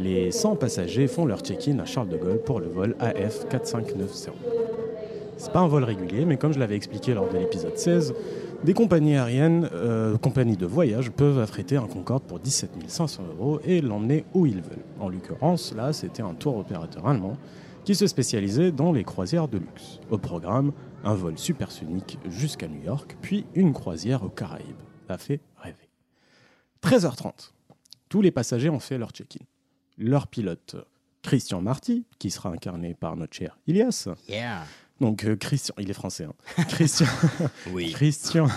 Les 100 passagers font leur check-in à Charles de Gaulle pour le vol AF 4590. C'est pas un vol régulier, mais comme je l'avais expliqué lors de l'épisode 16, des compagnies aériennes, euh, compagnies de voyage, peuvent affréter un Concorde pour 17 500 euros et l'emmener où ils veulent. En l'occurrence, là, c'était un tour opérateur allemand qui se spécialisait dans les croisières de luxe. Au programme, un vol supersonique jusqu'à New York, puis une croisière aux Caraïbes. Ça fait rêver. 13h30, tous les passagers ont fait leur check-in. Leur pilote, Christian Marty, qui sera incarné par notre cher Ilias, Yeah. donc euh, Christian, il est français. hein. Christian, Oui. Christian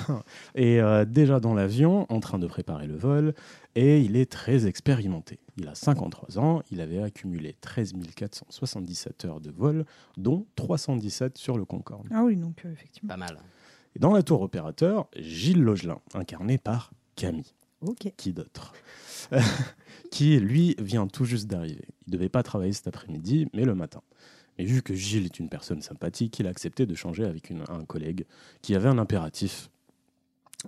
est euh, déjà dans l'avion en train de préparer le vol et il est très expérimenté. Il a 53 ans, il avait accumulé 13 477 heures de vol, dont 317 sur le Concorde. Ah oui, donc euh, effectivement. Pas mal. Et dans la tour opérateur, Gilles Logelin, incarné par Camille. Ok. Qui d'autre Qui, lui, vient tout juste d'arriver. Il devait pas travailler cet après-midi, mais le matin. Mais vu que Gilles est une personne sympathique, il a accepté de changer avec une- un collègue qui avait un impératif.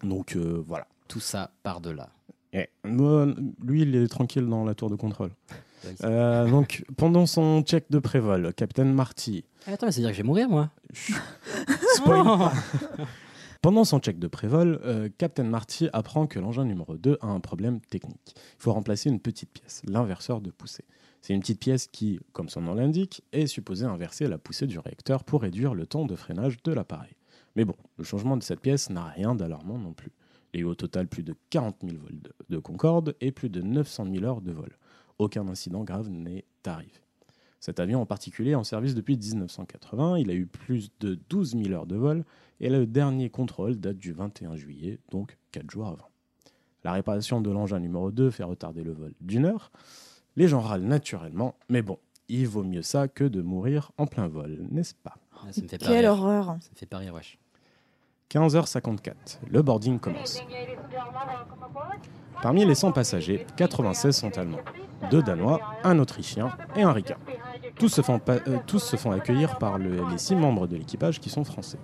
Donc euh, voilà. Tout ça par de là. Eh, moi, lui, il est tranquille dans la tour de contrôle. Euh, donc, pendant son check de prévol, Capitaine Marty. Ah, Attends, mais c'est-à-dire que je vais mourir, moi Spoil pas. Pendant son check de prévol, euh, Captain Marty apprend que l'engin numéro 2 a un problème technique. Il faut remplacer une petite pièce, l'inverseur de poussée. C'est une petite pièce qui, comme son nom l'indique, est supposée inverser la poussée du réacteur pour réduire le temps de freinage de l'appareil. Mais bon, le changement de cette pièce n'a rien d'alarmant non plus. Il y a eu au total plus de 40 000 vols de, de Concorde et plus de 900 000 heures de vol. Aucun incident grave n'est arrivé. Cet avion en particulier est en service depuis 1980, il a eu plus de 12 000 heures de vol et le dernier contrôle date du 21 juillet, donc 4 jours avant. La réparation de l'engin numéro 2 fait retarder le vol d'une heure. Les gens râlent naturellement, mais bon, il vaut mieux ça que de mourir en plein vol, n'est-ce pas Ah, ça me fait pas Quelle rire. horreur. Ça me fait pas rire, wesh. 15h54, le boarding commence. Parmi les 100 passagers, 96 sont allemands, deux danois, un autrichien et un ricain. Tous se font, pa- euh, tous se font accueillir par le- les six membres de l'équipage qui sont français.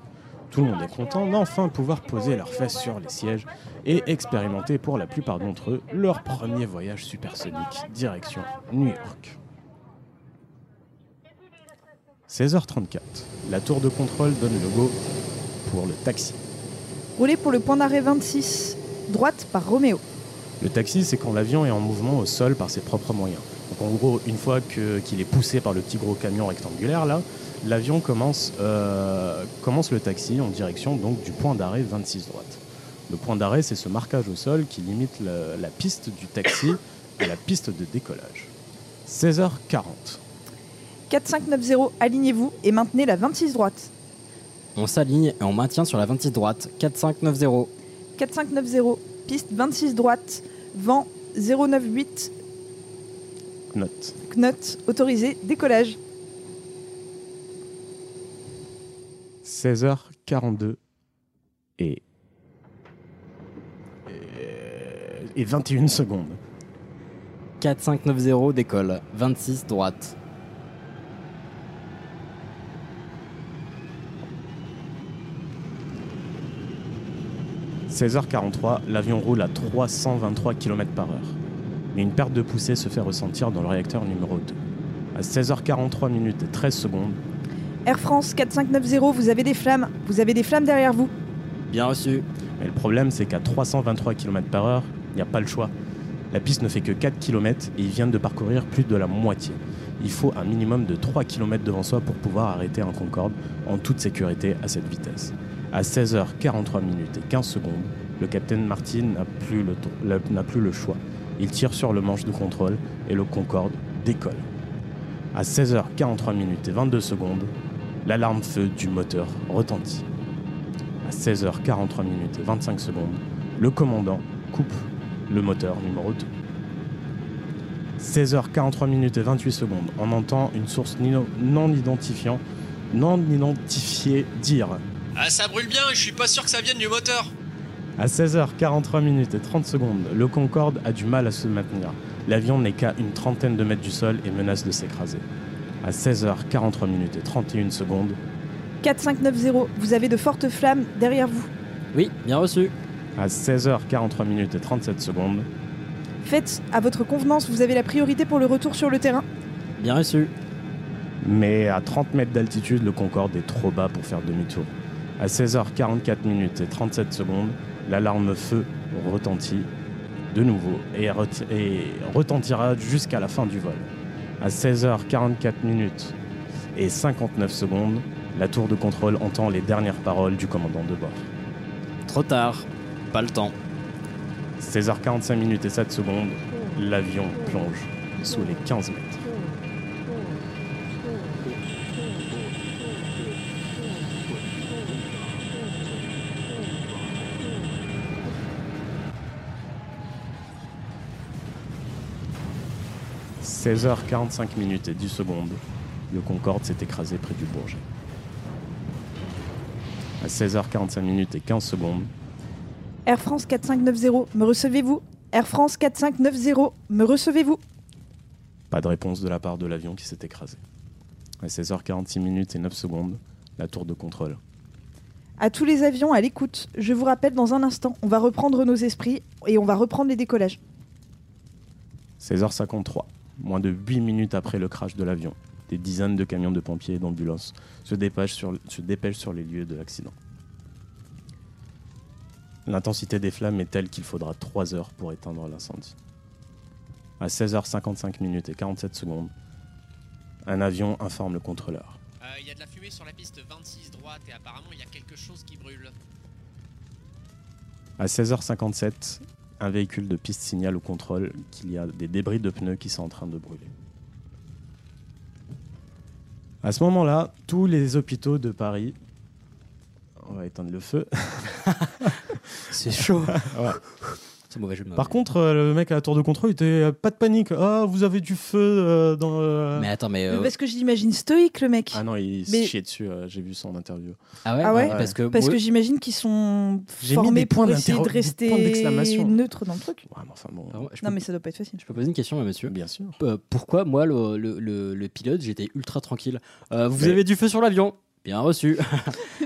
Tout le monde est content d'enfin pouvoir poser leurs fesses sur les sièges et expérimenter pour la plupart d'entre eux leur premier voyage supersonique direction New York. 16h34, la tour de contrôle donne le go pour le taxi. Roulé pour le point d'arrêt 26, droite par Roméo. Le taxi, c'est quand l'avion est en mouvement au sol par ses propres moyens. Donc en gros, une fois que- qu'il est poussé par le petit gros camion rectangulaire, là, l'avion commence, euh, commence le taxi en direction donc du point d'arrêt 26 droite. Le point d'arrêt, c'est ce marquage au sol qui limite la, la piste du taxi à la piste de décollage. 16h40. 4590, alignez-vous et maintenez la 26 droite. On s'aligne et on maintient sur la 26 droite. 4, 5, 9, 0. 4590, piste 26 droite, vent 098, Note. knot, autorisé, décollage. 16h42 et... et 21 secondes. 4, 5, 9, 0 décolle. 26 droite. « 16h43, l'avion roule à 323 km par heure. Mais une perte de poussée se fait ressentir dans le réacteur numéro 2. À 16h43 minutes et 13 secondes, Air France 4590, vous avez des flammes, vous avez des flammes derrière vous. Bien reçu. mais le problème c'est qu'à 323 km par heure, il n'y a pas le choix. La piste ne fait que 4 km et ils viennent de parcourir plus de la moitié. Il faut un minimum de 3 km devant soi pour pouvoir arrêter un Concorde en toute sécurité à cette vitesse. À 16h43 minutes et 15 secondes, le capitaine Martin n'a plus le, to- le- n'a plus le choix. Il tire sur le manche de contrôle et le Concorde décolle. À 16h43 minutes et 22 secondes, l'alarme feu du moteur retentit. À 16h43 minutes et 25 secondes, le commandant coupe le moteur numéro 2. 16h43 minutes et 28 secondes, on entend une source nino- non identifiant, non identifiée dire Ah, ça brûle bien, je suis pas sûr que ça vienne du moteur. à 16h43 minutes et 30 secondes, le Concorde a du mal à se maintenir. L'avion n'est qu'à une trentaine de mètres du sol et menace de s'écraser. À 16h43 minutes et 31 secondes, 4590, vous avez de fortes flammes derrière vous. Oui, bien reçu. à 16h43 minutes et 37 secondes, Faites à votre convenance, vous avez la priorité pour le retour sur le terrain. Bien reçu. Mais à 30 mètres d'altitude, le Concorde est trop bas pour faire demi-tour. À 16h44 minutes et 37 secondes, l'alarme feu retentit de nouveau et, reti- et retentira jusqu'à la fin du vol. À 16h44 minutes et 59 secondes, la tour de contrôle entend les dernières paroles du commandant de bord. Trop tard. Pas le temps. 16h45 minutes et 7 secondes, l'avion plonge sous les 15 mètres. 16h45 minutes et 10 secondes, le Concorde s'est écrasé près du Bourget. À 16h45 minutes et 15 secondes, Air France 4590, me recevez-vous Air France 4590, me recevez-vous pas de réponse de la part de l'avion qui s'est écrasé. à 16h46 minutes et 9 secondes, la tour de contrôle. À tous les avions à l'écoute, je vous rappelle dans un instant, on va reprendre nos esprits et on va reprendre les décollages. 16h53, moins de 8 minutes après le crash de l'avion, des dizaines de camions de pompiers et d'ambulances se dépêchent sur, se dépêchent sur les lieux de l'accident. L'intensité des flammes est telle qu'il faudra 3 heures pour éteindre l'incendie. À 16h55 minutes et 47 secondes, un avion informe le contrôleur. Euh, Il y a de la fumée sur la piste 26 droite et apparemment il y a quelque chose qui brûle. À 16h57, un véhicule de piste signale au contrôle qu'il y a des débris de pneus qui sont en train de brûler. À ce moment-là, tous les hôpitaux de Paris. On va éteindre le feu. C'est chaud. Ouais. C'est mauvais jeu de mots. Par contre, euh, le mec à la tour de contrôle, il était euh, pas de panique. Ah, vous avez du feu euh, dans. le- mais attends, mais. Mais euh, Parce que je l'imagine stoïque, le mec. Ah non, il se Mais- chiait dessus. euh, J'ai vu son interview. Ah ouais, Ah ouais bah, Parce que. Parce moi- que j'imagine qu'ils sont J'ai mis formés des points pour essayer de d'interro- des points rester d'exclamation. neutre dans le truc. Ouais, mais enfin Ah bon. Pardon, je, Non, peux, mais ça doit pas être facile. je peux poser une question, à monsieur Bien sûr. Euh, Pourquoi, moi, le, le- le- le pilote, j'étais ultra tranquille Euh, Vous Mais- avez du feu sur l'avion Bien reçu.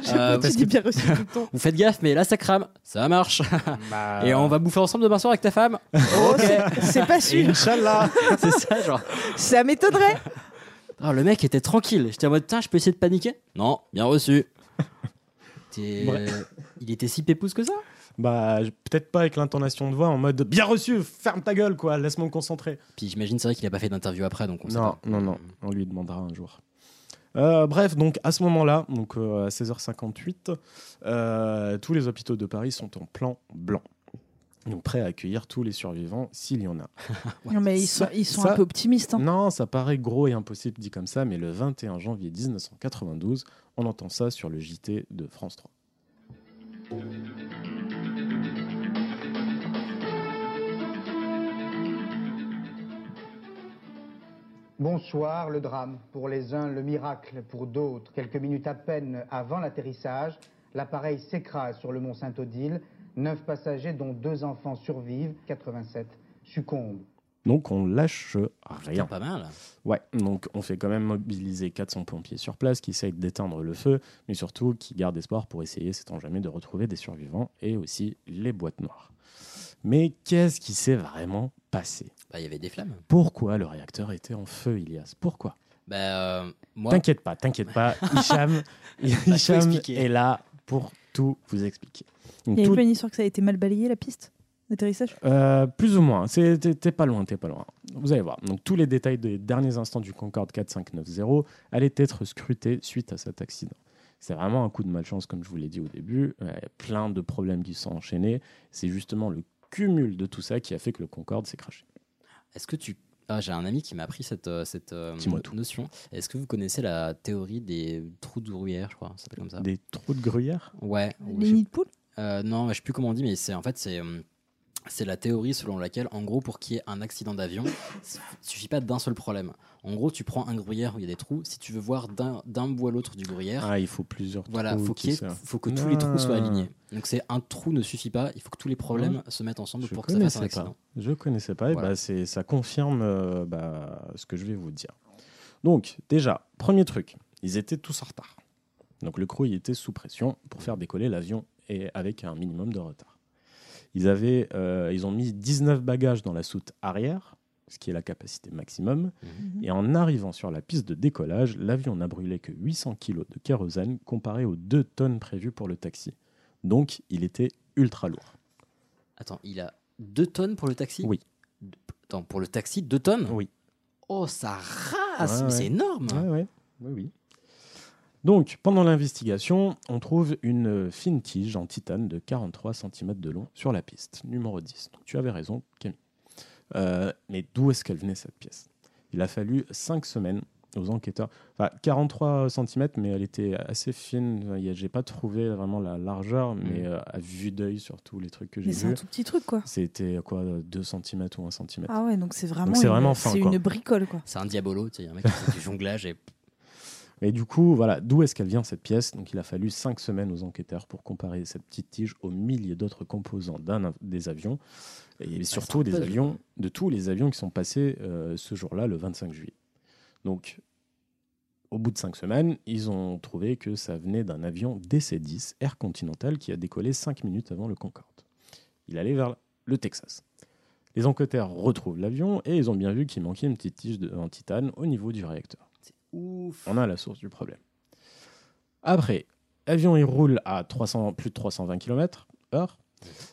Euh, Je parce tu dis que- bien reçu tout le temps. Vous faites gaffe, mais là, ça crame. Ça marche. Bah. Et on va bouffer ensemble demain soir avec ta femme. Oh, c'est- c'est pas sûr. Inch'Allah C'est ça, genre. Ça m'étonnerait. Ah, le mec était tranquille. J'étais en mode, tiens, je peux essayer de paniquer Non, bien reçu. T'es- euh, Ouais. Il était si pépouze que ça Bah, je- peut-être pas avec l'intonation de voix en mode bien reçu, ferme ta gueule, quoi, laisse-moi me concentrer. Puis j'imagine, c'est vrai qu'il a pas fait d'interview après, donc on sait Non, pas. non, non, on lui demandera un jour. Euh, bref, donc à ce moment-là, donc euh, à 16h58, euh, tous les hôpitaux de Paris sont en plan blanc. Donc prêts à accueillir tous les survivants s'il y en a. Non, mais ils sont, Ça- ils sont ça- Mm, un peu optimistes. hein. Non, ça paraît gros et impossible dit comme ça, mais le 21 janvier 1992, on entend ça sur le JT de France 3. Bonsoir, le drame. Pour les uns, le miracle. Pour d'autres, quelques minutes à peine avant l'atterrissage, l'appareil s'écrase sur le mont Saint-Odile. Neuf passagers, dont deux enfants, survivent. 87 succombent. Donc on lâche rien. Putain, pas mal. Ouais, donc on fait quand même mobiliser 400 pompiers sur place qui essayent d'éteindre le feu, mais surtout qui gardent espoir pour essayer, sait-on jamais, de retrouver des survivants et aussi les boîtes noires. Mais qu'est-ce qui s'est vraiment passé Bah, il y avait des flammes. Pourquoi le réacteur était en feu, Ilias Pourquoi Bah, euh, moi, T'inquiète pas, t'inquiète pas, Hicham, tout Hicham expliquer. est là pour tout vous expliquer. Donc, Il y a tout- pas une histoire que ça a été mal balayé, la piste d'atterrissage euh, plus ou moins. C'est- T'es t'es pas loin, t'es pas loin. Vous allez voir. Donc tous les détails des derniers instants du Concorde 4590 allaient être scrutés suite à cet accident. C'est vraiment un coup de malchance, comme je vous l'ai dit au début. Euh, plein de problèmes qui sont enchaînés. C'est justement le cumul de tout ça qui a fait que le Concorde s'est craché. est-ce que tu. Ah, j'ai un ami qui m'a appris cette, euh, cette euh, Dis-moi tout. notion. Est-ce que vous connaissez la théorie des trous de gruyère, je crois Ça s'appelle comme ça. Des trous de gruyère Ouais. ou je Les sais nids de poules Euh, non, je sais plus comment on dit, mais c'est en fait c'est hum, c'est la théorie selon laquelle, en gros, pour qu'il y ait un accident d'avion, il suffit pas d'un seul problème. En gros, tu prends un gruyère où il y a des trous. Si tu veux voir d'un d'un bout à l'autre du gruyère, Ah, il faut plusieurs voilà, trous faut, qui qu'il y ait- se- faut que tous les trous soient Ah, alignés. Donc c'est un trou ne suffit pas. Il faut que tous les problèmes se mettent ensemble Je pour que ça fasse un connaissais pas. accident. Je connaissais pas. Et Voilà. bah, c'est- ça confirme euh, bah, ce que je vais vous dire. Donc, déjà, premier truc, ils étaient tous en retard. Donc, le crew il était sous pression pour faire décoller l'avion et avec un minimum de retard. Ils, avaient, euh, ils ont mis 19 bagages dans la soute arrière, ce qui est la capacité maximum. Mhm. Et en arrivant sur la piste de décollage, l'avion n'a brûlé que 800 kg de kérosène comparé aux 2 tonnes prévues pour le taxi. Donc, il était ultra lourd. Attends, il a 2 tonnes pour le taxi. Oui. Deux- Attends, pour le taxi, 2 tonnes. Oui. Oh, ça rase, Ouais, mais ouais. c'est énorme. Ouais, ouais. Oui, oui. Donc, pendant l'investigation, on trouve une euh, fine tige en titane de 43 cm de long sur la piste, numéro 10. Donc, tu avais raison, Camille. Euh, mais d'où est-ce qu'elle venait cette pièce Il a fallu 5 semaines aux enquêteurs. Enfin, 43 cm, mais elle était assez fine. Enfin, il y a- J'ai pas trouvé vraiment la largeur, mais euh, à vue d'œil, surtout les trucs que j'ai Mais c'est un vus. tout petit truc, quoi. C'était quoi, 2 cm ou 1 cm Ah ouais, donc c'est vraiment, Donc c'est une- vraiment fin, c'est quoi. une bricole, quoi. C'est un diabolo, tu sais, un mec qui fait du jonglage et Et du coup, voilà, d'où est-ce qu'elle vient cette pièce Donc il a fallu cinq semaines aux enquêteurs pour comparer cette petite tige aux milliers d'autres composants d'un av- des avions, et surtout un des puzzle, avions, de tous les avions qui sont passés euh, ce jour-là, le 25 juillet. Donc, au bout de cinq semaines, ils ont trouvé que ça venait d'un avion DC-10 Air Continental qui a décollé cinq minutes avant le Concorde. Il allait vers le Texas. Les enquêteurs retrouvent l'avion et ils ont bien vu qu'il manquait une petite tige de- en titane au niveau du réacteur. Ouf. On a la source du problème. Après, l'avion il roule à 300, plus de 320 km heure.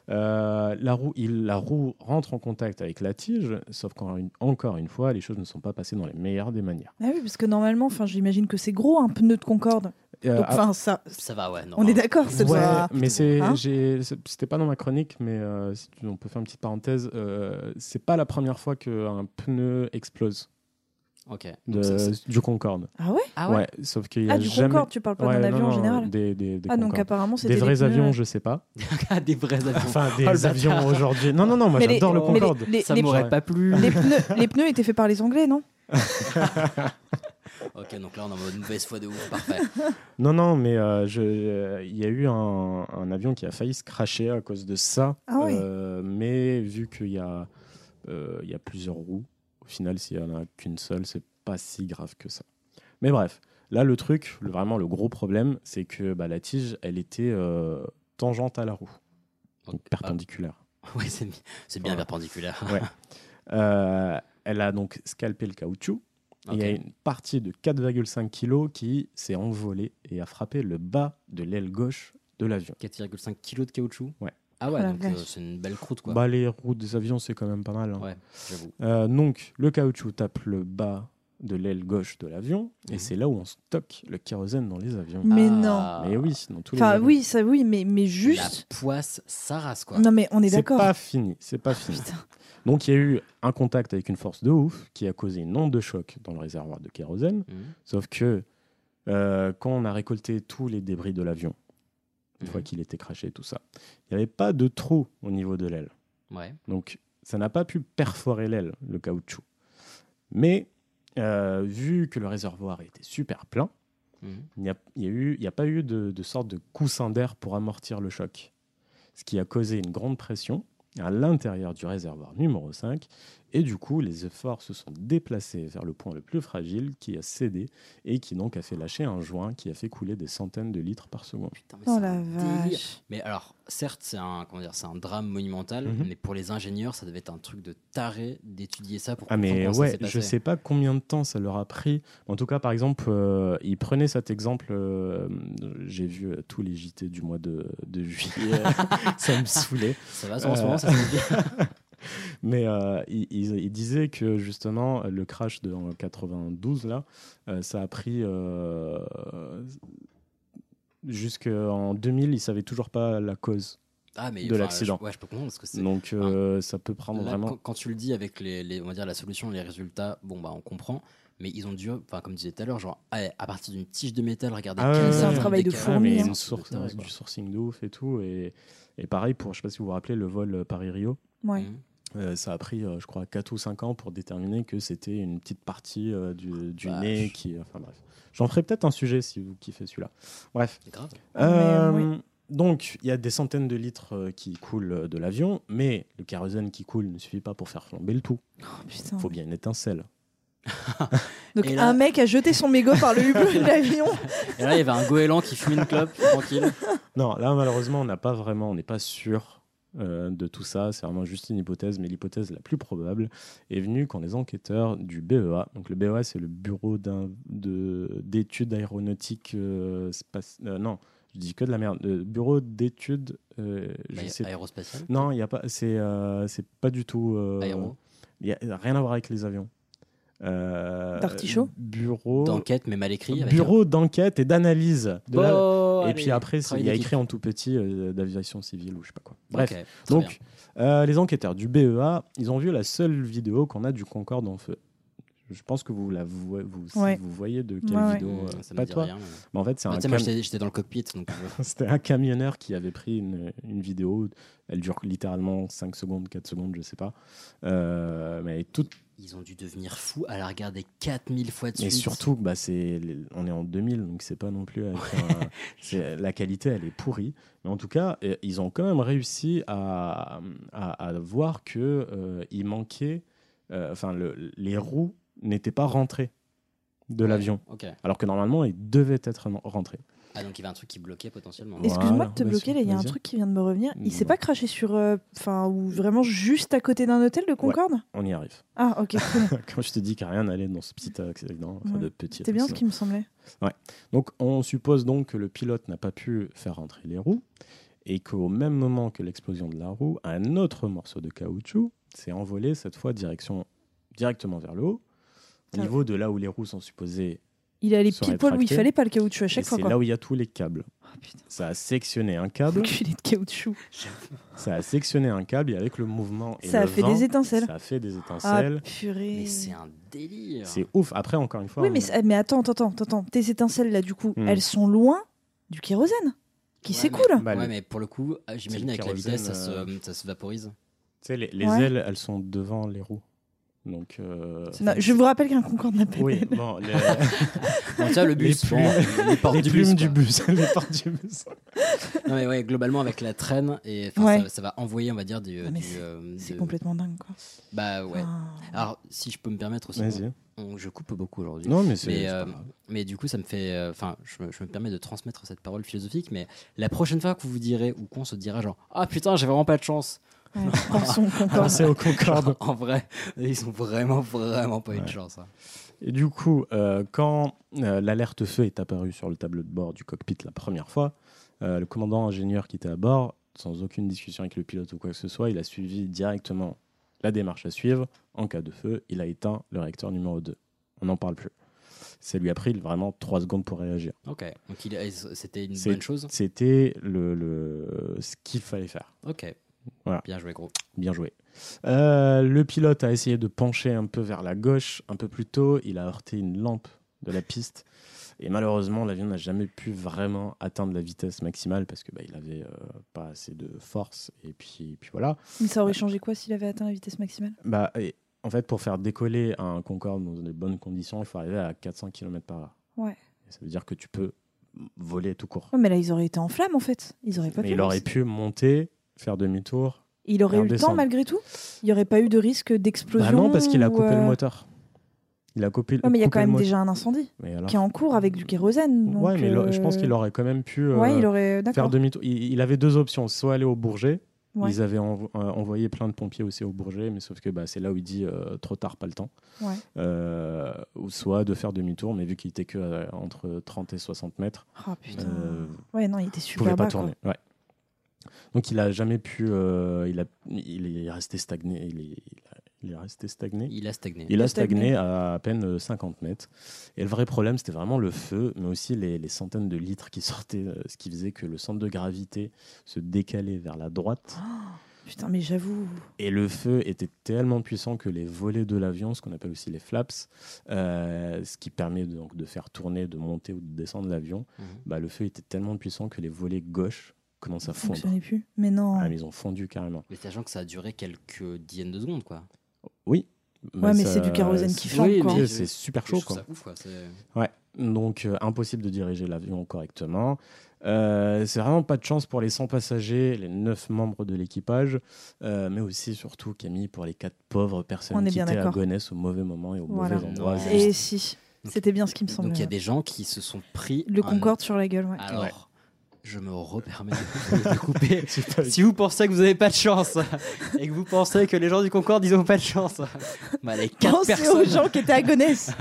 Euh, la, roue, il- la roue rentre en contact avec la tige, sauf qu'encore une, encore une fois, les choses ne sont pas passées dans les meilleures des manières. Ah oui, parce que normalement, enfin, j'imagine que c'est gros un pneu de Concorde. Euh, Donc, enfin, ah- ça. Ça va, ouais. On est d'accord, c'est Ouais, pas- mais c'est, Hein j'ai- c'est- c'était pas dans ma chronique, mais euh, si tu- on peut faire une petite parenthèse. euh, c'est pas la première fois qu'un pneu explose. Ok. De- Donc ça, c'est- du Concorde. Ah ouais Ah ouais Sauf qu'il y a Ah, du jamais... Concorde, tu parles pas d'un Ouais, avion en non, non, général Des, des- des Ah, donc Concorde. apparemment, c'était des les vrais pneus, euh, avions, ouais. je sais pas. Ah, des vrais avions. Enfin, Oh, des le avions bâtard. aujourd'hui. Non, non, non, moi Mais les- j'adore le mais les- Concorde. les- Ça les- m'aurait pas plu. Les pneus, les pneus étaient faits par les Anglais, Ah, non Ok, donc là on est en mode mauvaise foi de ouf, parfait. Non, non, mais euh, je- euh, il y a eu un, un avion qui a failli se cracher à cause de ça. Ah oui. Euh, mais vu qu'il y, a, euh, il y a plusieurs roues, au final, s'il n'y en a qu'une seule, c'est pas si grave que ça. Mais bref, là, le truc, le- vraiment le gros problème, c'est que bah, la tige, elle était euh, tangente à la roue. Donc ah. perpendiculaire. Ouais, c'est bi- c'est bien perpendiculaire. Ouais. Euh, elle a donc scalpé le caoutchouc. Et Il y a une partie de 4,5 kg qui s'est envolée et a frappé le bas de l'aile gauche de l'avion. 4,5 kg de caoutchouc Ouais. Ah ouais, Oh la donc euh, vache. c'est une belle croûte quoi. Bah, les roues des avions, c'est quand même pas mal. hein. Ouais, j'avoue. Euh, donc, le caoutchouc tape le bas de l'aile gauche de l'avion Mhm. et c'est là où on stocke le kérosène dans les avions. Mais Ah. Mais oui, dans tous les Enfin, avions. oui, ça, oui, mais, mais juste. La poisse, ça rase quoi. Non, mais on est d'accord. C'est pas fini, c'est pas fini. Donc il y a eu un contact avec une force de ouf qui a causé une onde de choc dans le réservoir de kérosène. Mhm. Sauf que euh, quand on a récolté tous les débris de l'avion, une Mhm. fois qu'il était craché, tout ça, il n'y avait pas de trou au niveau de l'aile. Ouais. Donc ça n'a pas pu perforer l'aile, le caoutchouc. Mais euh, vu que le réservoir était super plein, Mhm. il n'y a, il y a eu- il y a pas eu de, de sorte de coussin d'air pour amortir le choc, ce qui a causé une grande pression à l'intérieur du réservoir numéro 5, et du coup les efforts se sont déplacés vers le point le plus fragile qui a cédé et qui donc a fait lâcher un joint qui a fait couler des centaines de litres par seconde. Oh la Délire. vache. Mais alors, certes, c'est un, comment dire, c'est un drame monumental, Mhm. mais pour les ingénieurs, ça devait être un truc de taré d'étudier ça pour Ah comprendre mais comment ça ouais, s'est passé. je sais pas combien de temps ça leur a pris. En tout cas, par exemple, euh, ils prenaient cet exemple. euh, J'ai vu euh, tous les JT du mois de, de juillet. ça me saoulait. Ça va, Ah, en ce Euh, moment, ça se passe bien. mais euh, ils, ils- ils disaient que justement le crash de en 92 là, euh, ça a pris euh, jusqu'en 2000. Ils savaient toujours pas la cause Ah, mais, de enfin, l'accident. je- ouais, je peux comprendre, parce que c'est- Donc euh, ça peut prendre Là, vraiment. quand, quand tu le dis avec les, les- on va dire la solution, les résultats, bon bah on comprend, mais ils ont dû, enfin comme je disais tout à l'heure, genre allez, à partir d'une tige de métal, regardez. Ah quel ouais, est ouais, le ouais. décalage. Ah, mais C'est une un source- truc de taré, quoi. du sourcing de ouf et tout. Et, et pareil, pour, je sais pas si vous vous rappelez, le vol euh, Paris-Rio. Ouais. Mmh. Euh, ça a pris, euh, je crois, 4 ou 5 ans pour déterminer que c'était une petite partie euh, du, Bah, du nez qui. euh, Enfin bref. J'en ferai peut-être un sujet si vous kiffez celui-là. Bref. Grave. Euh, Mais, euh, Donc, il y a des centaines de litres euh, qui coulent euh, de l'avion, mais le kérosène qui coule ne suffit pas pour faire flamber le tout. Oh, putain. faut bien une étincelle. Donc, Et là- un mec a jeté son mégot par le hublot de l'avion. Et là, il y avait un goéland qui fumait une clope, tranquille. Non, là malheureusement, on n'a pas vraiment, on n'est pas sûr euh, de tout ça. C'est vraiment juste une hypothèse, mais l'hypothèse la plus probable est venue quand les enquêteurs du BEA, donc le BEA, c'est le bureau d'un- de- d'études aéronautiques, euh, space- euh, non, je dis que de la merde, Le bureau d'études, euh, je Bah, sais- aérospatiale Non, il y a pas, c'est euh, c'est pas du tout. euh, Aéro Il y a rien à voir avec les avions. Euh, D'artichaut Bureau D'enquête, mais mal écrit. avec bureau d'enquête et d'analyse. de Bon, la- allez, Et puis après, c'est- travail il y a d'équipe. écrit en tout petit euh, d'aviation civile ou je sais pas quoi. Bref, Ok, très donc euh, les enquêteurs du BEA, ils ont vu la seule vidéo qu'on a du Concorde en feu. Je pense que vous la vo- vous, si Ouais. vous voyez de quelle Ouais, ouais. vidéo. Mmh, euh, ça me pas dit toi. rien, mais- Mais en fait, c'est Bah, un tu sais, moi, cam- j'étais- j'étais dans le cockpit, donc, euh. C'était un camionneur qui avait pris une, une vidéo. Elle dure littéralement 5 secondes, 4 secondes, je sais pas. Euh, mais elle est toute Ils ont dû devenir fous à la regarder 4000 fois de mais suite. surtout, bah, c'est, on est en 2000, donc c'est pas non plus. avec un- c'est- la qualité, elle est pourrie. Mais en tout cas, euh, ils ont quand même réussi à, à, à voir que euh, il manquait. euh, Enfin, le- les roues n'étaient pas rentrées de l'avion. ok. Alors que normalement, il devait être ren- rentré. Ah, donc il y avait un truc qui bloquait potentiellement. Excuse-moi de te Voilà, bloquer, là, vas-y, il y a un vas-y. truc qui vient de me revenir. Il s'est Ouais. pas craché sur. euh, Enfin, ou vraiment juste à côté d'un hôtel de Concorde On y arrive. Ah, ok. très bien. Quand je te dis qu'il n'y a rien à aller dans ce petit accident, enfin, Ouais. de petit C'était bien ce accident. qui me semblait. Ouais. Donc on suppose donc que le pilote n'a pas pu faire rentrer les roues et qu'au même moment que l'explosion de la roue, un autre morceau de caoutchouc s'est envolé cette fois direction directement vers le haut, au Ça- niveau de là où les roues sont supposées. Il est allé se pile poil où il rétracter. fallait pas le caoutchouc à chaque Et fois. C'est quoi. Ah, là où il y a tous les câbles. ça a sectionné un câble, Enculé de caoutchouc. ça a sectionné un câble et avec le mouvement et Ça a le fait vent, des étincelles. Ça a fait des Ah, étincelles. purée. Mais c'est un délire. c'est ouf. Après encore une fois, Oui, on- mais, c'est- mais attends, attends, attends, attends. Tes étincelles, là, du coup, Hmm. elles sont loin du kérosène qui Ouais, s'écoule. mais, Bah, ouais, le- mais pour le coup, ah, j'imagine c'est avec le la vitesse, ça kérosène, euh, se, ça se vaporise. tu sais, les, les Ouais. ailes, elles sont devant les roues. Donc euh, Non, je vous rappelle qu'un Concorde n'a pas Oui, d'aile. bon, les... Bon, tu vois, le bus, les plumes, bon, les portes les du plumes bus, du quoi. bus, les portes du bus. Non, mais ouais, globalement, avec la traîne, et, enfin, Ouais. ça, ça va envoyer, on va dire, du. Ah, mais du, euh, C'est de- complètement dingue, quoi. Bah ouais. Ah. Alors, si je peux me permettre aussi. Vas-y. on- je coupe beaucoup aujourd'hui. Non, mais c'est- c'est pas euh, grave. mais du coup, ça me fait. euh, Enfin, je, me- je me permets de transmettre cette parole philosophique, mais la prochaine fois que vous vous direz ou qu'on se dira genre Ah putain, j'ai vraiment pas de chance. Ouais, pensons au Concorde. Pensez Ah. au Concorde. Genre, en vrai, ils ont vraiment, vraiment pas eu de Ouais. chance. hein. Et du coup, euh, quand euh, l'alerte feu est apparue sur le tableau de bord du cockpit la première fois, euh, le commandant ingénieur qui était à bord, sans aucune discussion avec le pilote ou quoi que ce soit, il a suivi directement la démarche à suivre. En cas de feu, il a éteint le réacteur numéro 2. On n'en parle plus. Ça lui a pris vraiment 3 secondes pour réagir. Ok. Donc, il- eh, c'était une C'est- bonne chose. C'était le, le- ce qu'il fallait faire. Ok. Voilà. Bien joué, gros. Bien joué. Euh, le pilote a essayé de pencher un peu vers la gauche un peu plus tôt. Il a heurté une lampe de la piste. Et malheureusement, l'avion n'a jamais pu vraiment atteindre la vitesse maximale parce que bah, il avait euh, pas assez de force. Et puis, puis voilà. Mais ça aurait changé quoi s'il avait atteint la vitesse maximale Bah, et en fait, pour faire décoller un Concorde dans des bonnes conditions, il faut arriver à 400 km par heure. Ouais. Et ça veut dire que tu peux voler tout court. Ouais, mais là, ils auraient été en flamme, en fait. Ils auraient pas Mais pu. il aurait pu monter, faire demi-tour. Il aurait eu et en le temps, descendre. malgré tout Il n'y aurait pas eu de risque d'explosion Bah non, parce qu'il a ou, coupé le euh, moteur. Il a coupé, Ouais, mais il y a coupé quand le même moteur. déjà un incendie Mais alors- qui est en cours avec du kérosène. donc, ouais, mais il a- je pense euh, qu'il aurait quand même pu euh, Ouais, il aurait. faire D'accord. demi-tour. Il, il avait deux options, soit aller au Bourget. Ouais. Ils avaient envo- euh, envoyé plein de pompiers aussi au Bourget, mais sauf que bah, c'est là où il dit euh, trop tard, pas le temps. Ouais. Euh, ou soit de faire demi-tour, mais vu qu'il était que euh, entre 30 et 60 mètres, Ah, putain. euh, Ouais, non, il était il super pouvait pas bas, quoi. tourner. Ouais. Donc il a jamais pu. euh, il, a, il est resté stagné. Il est, il a- il est resté stagné. Il a stagné. Il a a stagné stagné. à à peine euh, 50 mètres. Et le vrai problème, c'était vraiment le feu, mais aussi les, les centaines de litres qui sortaient, euh, ce qui faisait que le centre de gravité se décalait vers la droite. Oh, Putain, mais j'avoue. Et le feu était tellement puissant que les volets de l'avion, ce qu'on appelle aussi les flaps, euh, ce qui permet de, donc de faire tourner, de monter ou de descendre l'avion, Mhm. bah, le feu était tellement puissant que les volets gauche commencent à Ça fondre. fonctionnait plus. Mais non. Ah, mais ils ont fondu carrément. Mais sachant que ça a duré quelques dizaines de secondes, quoi. Oui. Ouais, mais c'est du kérosène qui flambe, Oui, quoi. mais C'est super Je chaud. trouve Quoi. ça ouf, quoi. C'est- Ouais, donc euh, impossible de diriger l'avion correctement. Euh, c'est vraiment pas de chance pour les 100 passagers, les 9 membres de l'équipage, euh, mais aussi surtout Camille pour les 4 pauvres On personnes est qui bien étaient à d'accord. Gonesse au mauvais moment et au Voilà. mauvais endroit. Non. Juste- Et si, c'était bien ce qui me Donc, il y semblait. a des gens qui se sont pris. Le un- Concorde sur la gueule, ouais. Ah, Alors, Ouais. je me repermets de, de couper. C'est pas- si vous pensez que vous n'avez pas de chance et que vous pensez que les gens du Concorde, ils n'ont pas de chance, bah, les quatre Pensez aux personnes, gens qui étaient à Gonesse.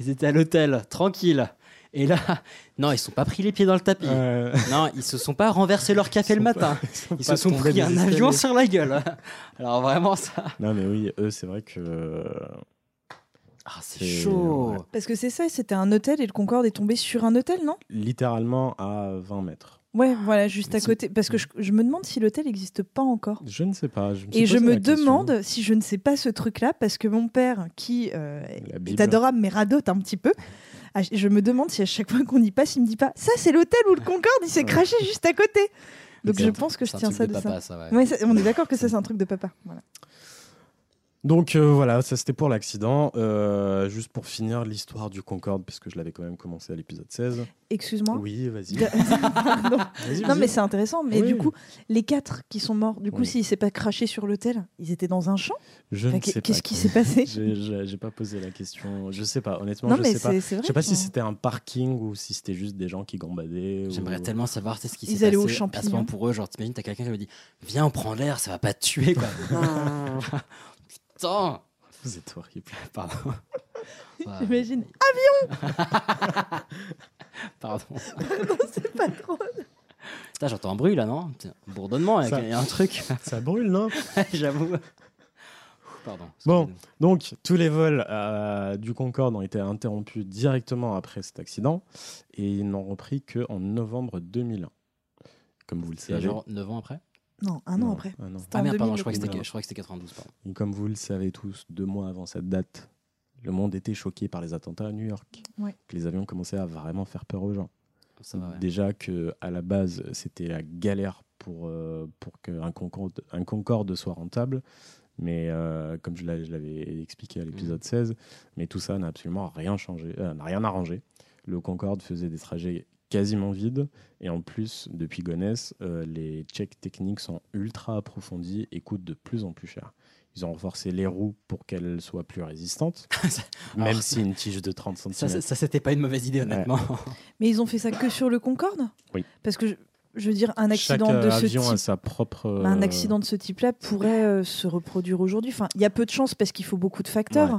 ils étaient à l'hôtel, tranquilles. Et là, non, ils ne sont pas pris les pieds dans le tapis. Euh, Non, ils se sont pas renversé leur café le matin. ils pas se sont tombés pris des un avion escaliers. sur la gueule. Alors vraiment ça. Non, mais oui, eux, c'est vrai que. euh, Ah, c'est C'est- chaud. ouais. Parce que c'est ça, c'était un hôtel et le Concorde est tombé sur un hôtel, non littéralement à 20 mètres. Ouais, voilà, juste à C'est- côté. Parce que je, je me demande si l'hôtel n'existe pas encore. Je ne sais pas. Je me suis Et je posé me la question. demande si je ne sais pas ce truc-là, parce que mon père, qui euh, La est Bible. adorable mais radote un petit peu, à- je me demande si à chaque fois qu'on y passe, il me dit pas Ça, c'est l'hôtel où le Concorde, il s'est craché juste à côté. Donc C'est je un- pense que je c'est un tiens truc ça de, de ça. papa, ça, ouais. Ouais, ça- on est d'accord que ça, c'est un truc de papa. Voilà. Donc euh, voilà, ça c'était pour l'accident. Euh, juste pour finir l'histoire du Concorde, parce que je l'avais quand même commencé à l'épisode 16. Excuse-moi. Oui, vas-y. non. Vas-y, Non, vas-y. mais c'est intéressant. Mais Oui. du coup, les quatre qui sont morts, du coup, Oui. s'ils s'étaient pas crachés sur l'hôtel, ils étaient dans un champ. Je Enfin, ne qu'est- sais pas. Qu'est-ce qui s'est passé Je- je- J'ai pas posé la question. Je sais pas, honnêtement, Non, je mais sais pas. c'est- c'est vrai hein. je sais pas qu'on- si c'était un parking ou si c'était juste des gens qui gambadaient. J'aimerais tellement savoir c'est ce qui Ils s'est passé allaient aux à ce moment champignons. pour eux. Genre, t'imagines, t'as quelqu'un qui me dit Viens, on prend l'air, ça va pas te tuer, quoi. Ah. Putain Vous êtes horrible. Pardon. Bah, J'imagine. Avion Pardon. Non, c'est pas drôle. Putain, j'entends un bruit là, non Putain, Un bourdonnement, il y a- Ça- il y a un truc. Ça brûle, non J'avoue. Pardon. Bon, donc tous les vols euh, du Concorde ont été interrompus directement après cet accident et ils n'ont repris qu'en novembre 2001. Comme vous le C'est savez. genre 9 ans après Non, un an Non, après. un an. C'était Ah en merde, pardon, 2000, je crois que le c'était Concorde. je crois que c'était 92, pardon. Et comme vous le savez tous, deux mois avant cette date, le monde était choqué par les attentats à New York. Ouais. Que les avions commençaient à vraiment faire peur aux gens. Ça va, ouais. Déjà que à la base, c'était la galère pour, euh, pour qu'un Concorde, un Concorde soit rentable. Mais euh, comme je l'a- je l'avais expliqué à Mhm. l'épisode 16, mais tout ça n'a absolument rien changé, euh, n'a rien arrangé. Le Concorde faisait des trajets quasiment vides. Et en plus, depuis Gonesse, euh, les checks techniques sont ultra approfondis et coûtent de plus en plus cher. Ils ont renforcé les roues pour qu'elles soient plus résistantes, Ah. même Alors, si une tige de 30 cm. Ça, c'est- ça, c'était pas une mauvaise idée, honnêtement. Mais ils ont fait ça que sur le Concorde Oui. Parce que je, je veux dire, un Chaque accident euh, de ce avion a type. sa propre. Bah, un euh, accident de ce type-là pourrait euh, se reproduire aujourd'hui. Enfin, il y a peu de chances parce qu'il faut beaucoup de facteurs. Ouais.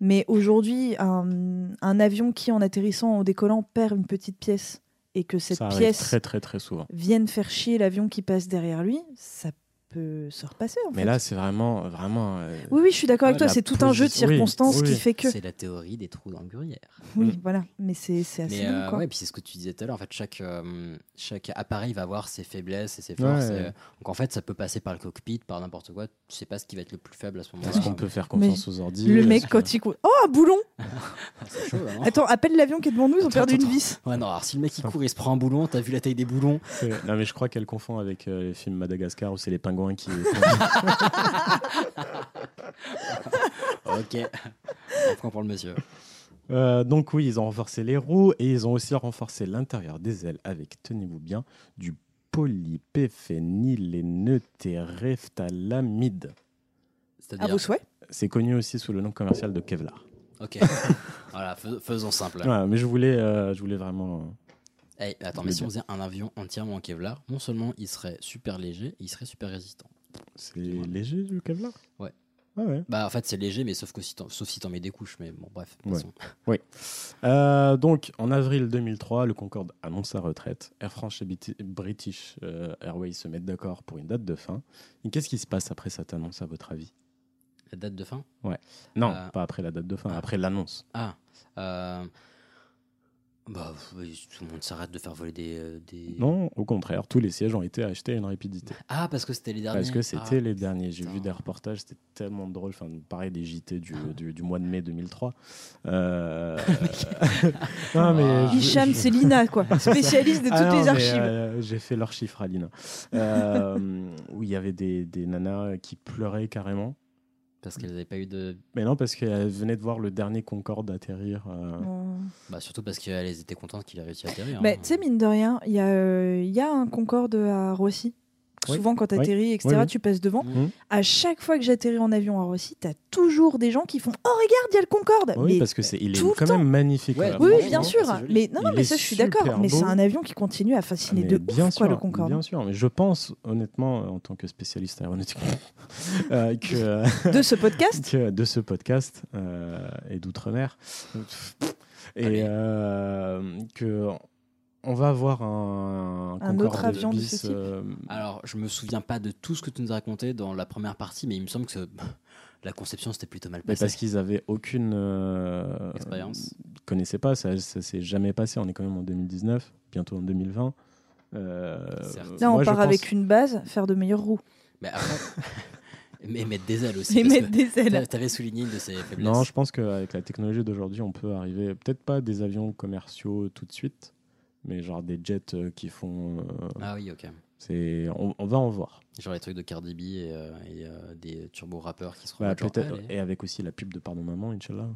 Mais aujourd'hui, un, un avion qui, en atterrissant ou en décollant, perd une petite pièce et que cette ça arrive pièce très très très souvent. vienne faire chier l'avion qui passe derrière lui, ça peut se repasser. En Mais fait. là, c'est vraiment vraiment. euh, oui, oui, je suis d'accord avec toi. Ouais, la C'est tout un jeu de position- oui, circonstances oui. qui fait que. C'est la théorie des trous dans le gruyère. Oui, Mm. voilà. Mais c'est c'est assez Mais long, euh, quoi. ouais, puis c'est ce que tu disais tout à l'heure. En fait, chaque, euh, chaque appareil va avoir ses faiblesses et ses forces. Ouais. et, euh, donc en fait, ça peut passer par le cockpit, par n'importe quoi. Tu sais pas ce qui va être le plus faible à ce moment-là. Est-ce qu'on peut faire Mais confiance aux ordi Le Est-ce mec, que- quand il court. Oh, un boulon C'est chaud, Oh. hein. Attends, appelle l'avion qui est devant nous, ils ont Attends, perdu une attends. vis. Ouais, non, alors si le mec il court, il se prend un boulon, t'as vu la taille des boulons. C'est- Non, mais je crois qu'elle confond avec euh, les films Madagascar où c'est les pingouins qui. Ok. Un point pour le monsieur. Euh, donc, oui, ils ont renforcé les roues et ils ont aussi renforcé l'intérieur des ailes avec, tenez-vous bien, du polypéphényléneutéréphtalamide. À C'est-à-dire. vos souhaits C'est connu aussi sous le nom commercial de Kevlar. Ok. voilà, fais- faisons simple. Ouais, mais je voulais, euh, je voulais vraiment. Hey, attends, Mais mais si bien. on faisait un avion entièrement en Kevlar, non seulement il serait super léger, il serait super résistant. C'est léger du Kevlar Ouais. Ah ouais. Bah en fait, c'est léger, mais sauf, que si t'en- sauf si t'en mets des couches. Mais bon, bref. de toute Ouais. façon. Oui. Euh, donc, en avril 2003, le Concorde annonce sa retraite. Air France et Biti- British euh, Airways se mettent d'accord pour une date de fin. Et Qu'est-ce qui se passe après cette annonce, à votre avis La date de fin Non, Euh, pas après la date de fin, après l'annonce. Ah. euh, Bah, oui, tout le monde s'arrête de faire voler des. euh, des- Non, au contraire, tous les sièges ont été achetés à une rapidité. Ah, parce que c'était les derniers. Parce que c'était Ah. les derniers. J'ai putain. Ah. vu des reportages, c'était tellement drôle. Enfin, pareil, des JT du, du, du mois de mai 2003. Euh... non, Ah. mais je- Hicham, Ah, je- c'est Lina, quoi. Spécialiste de toutes Ah non, les mais, archives. euh, J'ai fait leurs chiffres à Lina. Euh, où il y avait des, des nanas qui pleuraient carrément. Parce qu'elles n'avaient pas eu de. Mais non, parce qu'elles venaient de voir le dernier Concorde atterrir. euh, Ouais. Bah, surtout parce qu'elles étaient contentes qu'il ait réussi à atterrir. Mais hein. tu sais, mine de rien, il y, a, euh, il y a un Concorde à Roissy. Oui. Souvent, quand tu atterris, etc., Oui, oui. tu passes devant. Mhm. À chaque fois que j'atterris en avion à Roissy, tu as toujours des gens qui font Oh, regarde, il y a le Concorde Oui, Mais- parce que c'est, il est tout le quand temps. même magnifique. euh, Ouais, là. Oui, oui, Vraiment, bien sûr. c'est joli. Mais non, non, Il mais est ça, je suis super d'accord. Mais c'est beau. Ah, un avion qui continue à fasciner Mais de bien ouf, sûr, quoi, le Concorde. Bien sûr, mais je pense honnêtement, euh, en tant que spécialiste aéronautique, euh, que, euh, De ce podcast que de ce podcast euh, et d'outre-mer, et euh, que on va avoir un, Un autre Concorde avion de bis, ce type. euh, Alors, je me souviens pas de tout ce que tu nous as raconté dans la première partie, mais il me semble que la conception c'était plutôt mal mais passée. parce qu'ils avaient aucune euh, Expérience. connaissaient pas, ça, ça s'est jamais passé. On est quand même en 2019, bientôt en 2020. Euh, Certes. Là, on moi, je part pense- avec une base, faire de meilleures roues. Mais après, mais mettre des ailes aussi. Et parce mettre que des ailes. t'a- T'avais souligné une de ses faiblesses. Non, je pense qu'avec la technologie d'aujourd'hui, on peut arriver, peut-être pas des avions commerciaux tout de suite, mais genre des jets euh, qui font euh, Ah oui, ok. C'est, on, on va en voir. Genre les trucs de Cardi B et, euh, et, euh, des turbo rappeurs qui seront Bah, peut-être- et avec aussi la pub de Pardon Maman, Inch'Allah.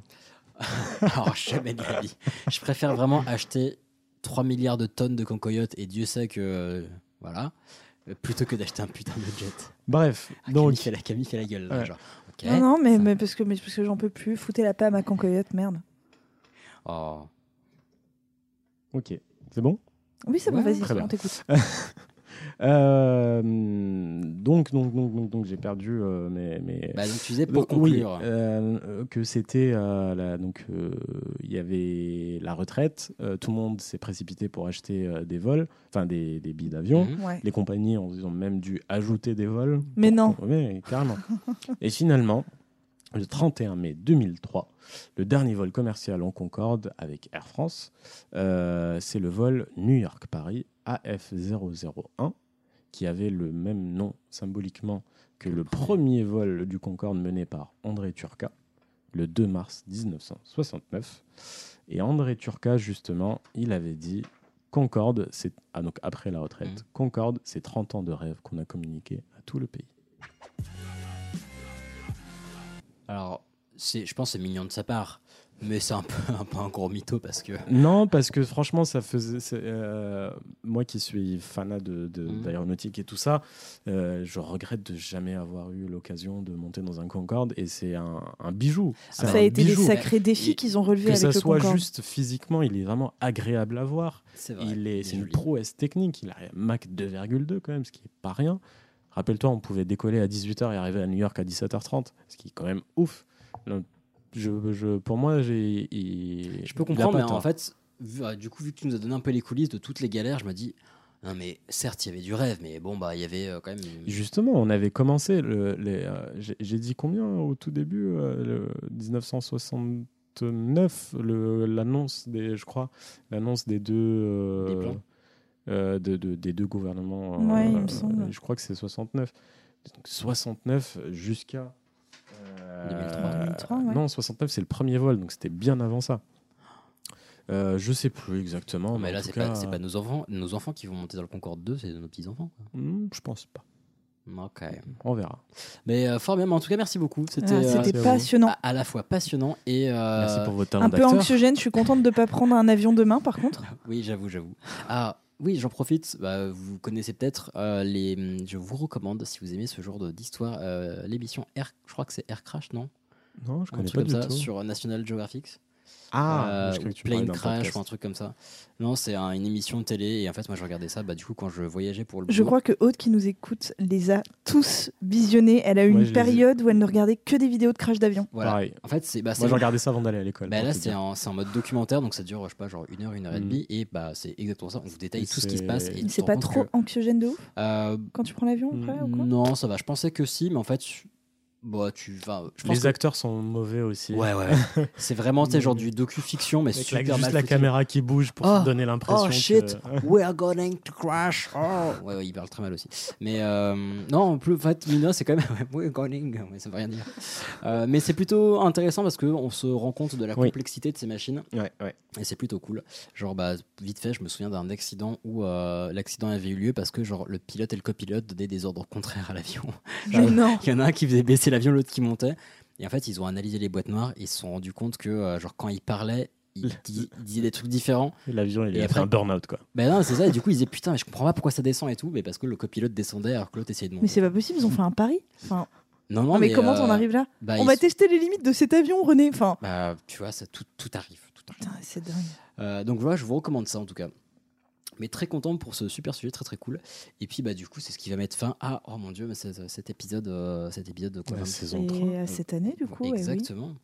Alors, Oh, jamais de la vie. Je préfère vraiment acheter 3 milliards de tonnes de concoyotes et Dieu sait que. euh, voilà. euh, Plutôt que d'acheter un putain de jet. Bref, Ah, donc. Camille fait la, Camille fait la gueule, là, Ouais. genre. Ok. Non, non, mais, mais parce que, mais parce que j'en peux plus. Foutez la paix à ma concoyote, merde. Oh. Ok, c'est bon Oui, c'est bon, Ouais. vas-y, Très bien. on t'écoute. Euh, donc, donc, donc, donc, donc j'ai perdu euh, mes, mes- Bah, donc, tu disais pour Donc, oui, conclure. euh, euh, que c'était euh, la- donc euh, il y avait la retraite, euh, tout le monde s'est précipité pour acheter euh, des vols, enfin des, des billets d'avion. Mhm. Ouais. Les compagnies ont, ont même dû ajouter des vols. Mais pour- non. Oui, carrément. Et finalement, le 31 mai 2003, le dernier vol commercial en Concorde avec Air France, euh, c'est le vol New York-Paris AF001 qui avait le même nom symboliquement que le premier vol du Concorde mené par André Turca le 2 mars 1969. Et André Turca, justement, il avait dit Concorde, c'est. ah, donc après la retraite, Concorde, c'est 30 ans de rêve qu'on a communiqué à tout le pays. Alors, c'est, je pense que c'est mignon de sa part. Mais c'est un peu, un peu un gros mytho parce que. Non, parce que franchement, ça faisait. c'est, euh, moi qui suis fanat de- de- d'aéronautique et tout ça, euh, je regrette de jamais avoir eu l'occasion de monter dans un Concorde et c'est un, un bijou. C'est Ça a un été des bijou. sacrés défis qu'ils ont relevés Que avec ça le soit Concorde. juste physiquement, il est vraiment agréable à voir. Ah, C'est Il est, c'est une prouesse technique. Il a un Mach 2,2 quand même, ce qui est pas rien. Rappelle-toi, on pouvait décoller à 18h et arriver à New York à 17h30, ce qui est quand même ouf. Là, Je, je- pour moi, j'ai. Je peux comprendre, mais hein. en fait, vu- euh, du coup, vu que tu nous as donné un peu les coulisses de toutes les galères, je me dis. Non, mais certes, il y avait du rêve, mais bon, bah, il y avait euh, quand même. Justement, on avait commencé. le- les, euh, j'ai- J'ai dit combien au tout début euh, le 1969, le- l'annonce des, je crois, l'annonce des deux. euh, Des plans. euh, de- de- des deux gouvernements. euh, Ouais, il me semble. Je crois que c'est 69. Donc 69 jusqu'à. euh, 2003. 2003, ouais. Non, 69, c'est le premier vol, donc c'était bien avant ça. Euh, je sais plus exactement. Non, mais en là, tout c'est cas, pas, c'est pas nos enfants, nos enfants qui vont monter dans le Concorde 2, c'est nos petits-enfants. quoi. hmm, Je pense pas. Ok. On verra. Mais euh, fort bien, mais en tout cas, merci beaucoup. C'était Ah, c'était passionnant. À, à la fois passionnant et. euh, Merci pour votre talent Un peu d'acteur. anxiogène, je suis contente de ne pas prendre un avion demain, par contre. Oui, j'avoue, j'avoue. Ah, oui, j'en profite. Bah, vous connaissez peut-être euh, les. Je vous recommande, si vous aimez ce genre de- d'histoire, euh, l'émission Air. Je crois que c'est Air Crash, non Non, je Un connais truc pas comme du ça tout. sur euh, National Geographic. Ah, je croyais que tu Euh, Plane parlais d'un Crash podcast. ou un truc comme ça. Non, c'est un- une émission de télé et en fait, moi, je regardais ça. Bah, du coup, quand je voyageais pour le. Je boulot. crois que Aude qui nous écoute les a tous visionnés. Elle a eu Moi, je les une ai- période où elle ne regardait que des vidéos de crash d'avion. Voilà. Pareil. En fait, c'est. Bah, Moi, c'est- je regardais ça avant d'aller à l'école. Bah pour là, te c'est dire. en, c'est en mode documentaire, donc ça dure, je sais pas, genre une heure, une heure et Mhm. demie, et bah c'est exactement ça. On vous détaille Et tout ce qui se c'est- passe. et Mais tu te C'est rends pas compte trop Ah, que- Mm. anxiogène de ouf Euh, quand tu prends l'avion après ou quoi non, ça va. Je pensais que si, mais en fait, je- bah tu vas. Je pense Les que- acteurs sont mauvais aussi. Ouais, ouais. ouais. c'est vraiment tu sais, genre du docu-fiction, mais Avec super la, juste mal la foutu. caméra qui bouge pour Ah, te donner Oh l'impression. que- shit, we're going to crash. Oh. Ouais, ouais, il parle très mal aussi. Mais euh, non, en plus, en fait, Mina, c'est quand même we're going. Ouais, ça veut rien dire. Euh, mais c'est plutôt intéressant parce qu'on se rend compte de la Oui. complexité de ces machines. Ouais, ouais. Et c'est plutôt cool. Genre, bah, vite fait, je me souviens d'un accident où euh, l'accident avait eu lieu parce que genre, le pilote et le copilote donnaient des ordres contraires à l'avion. Mais Genre, non. Il y en a un qui faisait baisser l'avion, l'autre qui montait. Et en fait, ils ont analysé les boîtes noires et ils se sont rendus compte que euh, genre, quand ils parlaient, ils, dis- ils disaient des trucs différents. Et L'avion, il Et a après- fait un burn-out, quoi. Ben non, c'est ça. Et du coup, ils disaient putain, mais je comprends pas pourquoi ça descend et tout. Mais parce que le copilote descendait alors que l'autre essayait de monter. Mais c'est pas possible, ils ont fait un pari. Enfin, Non, non, non, Ah, mais, mais, comment euh, on arrive là bah, On ils va sont- tester les limites de cet avion, René. Enfin, Bah, tu vois, ça, tout, tout arrive. Tout arrive. putain, c'est dingue. Euh, donc voilà, je vous recommande ça en tout cas. Mais très content pour ce super sujet, très très cool. Et puis bah du coup, c'est ce qui va mettre fin à oh mon dieu, mais c'est- cet épisode, euh, cet épisode de quoi La 23. saison Et à cette année, du coup. eh oui. Exactement.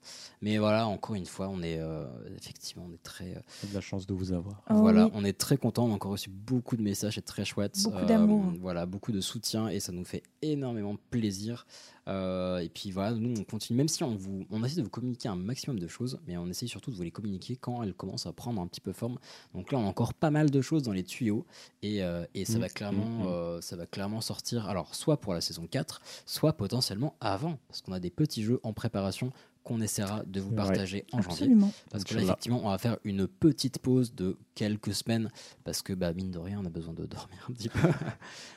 Mais voilà, encore une fois, on est euh, effectivement, on est très, euh, J'ai de la chance de vous avoir. Oh voilà, oui. on est très content. On a encore reçu beaucoup de messages, c'est très chouette. Euh, Beaucoup d'amour. Voilà, beaucoup de soutien et ça nous fait énormément plaisir. Euh, et puis voilà, nous on continue, même si on vous, on essaie de vous communiquer un maximum de choses, mais on essaie surtout de vous les communiquer quand elles commencent à prendre un petit peu forme. Donc là, on a encore pas mal de choses dans les tuyaux et, euh, et ça Mm, Mhm, va clairement, mhm, mhm. euh, ça va clairement sortir. Alors soit pour la saison 4, soit potentiellement avant, parce qu'on a des petits jeux en préparation qu'on essaiera de vous C'est vrai. partager en janvier. Absolument. Parce que là, Inch'Allah. effectivement, on va faire une petite pause de quelques semaines parce que, bah, mine de rien, on a besoin de dormir un petit peu.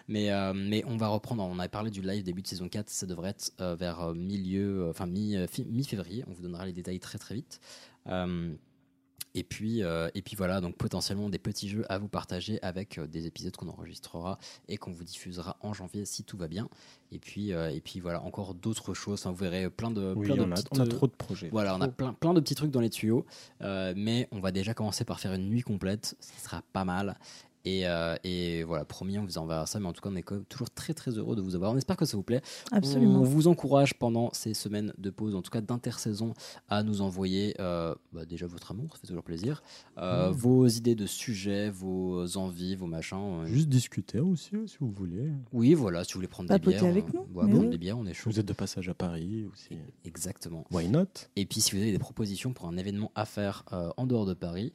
mais, euh, mais on va reprendre. On a parlé du live début de saison 4. Ça devrait être euh, vers euh, milieu, euh, enfin, mi- euh, fi- mi-février. on vous donnera les détails très, très vite. Euh, et puis, euh, et puis voilà, donc potentiellement des petits jeux à vous partager avec euh, des épisodes qu'on enregistrera et qu'on vous diffusera en janvier si tout va bien. Et puis, euh, et puis voilà, encore d'autres choses. Enfin, vous verrez euh, plein de, Oui, plein de on a- petites, on a euh, trop de projets. Voilà, on a Oh. Trop. plein, plein de petits trucs dans les tuyaux. Euh, mais on va déjà commencer par faire une nuit complète. Ce sera pas mal. Et, euh, et voilà, promis, on vous enverra ça. Mais en tout cas, on est quand même toujours très très heureux de vous avoir. On espère que ça vous plaît. Absolument. On vous encourage pendant ces semaines de pause, en tout cas d'intersaison, à nous envoyer euh, bah, déjà votre amour, ça fait toujours plaisir, euh, Mm. vos idées de sujets, vos envies, vos machins. euh, Juste discuter aussi, euh, si vous voulez. Oui, voilà, si vous voulez prendre des Papoter bières. avec euh, nous, ouais, mais prendre oui. des bières, on est chaud. Vous êtes de passage à Paris aussi. Exactement. Why not Et puis, si vous avez des propositions pour un événement à faire euh, en dehors de Paris,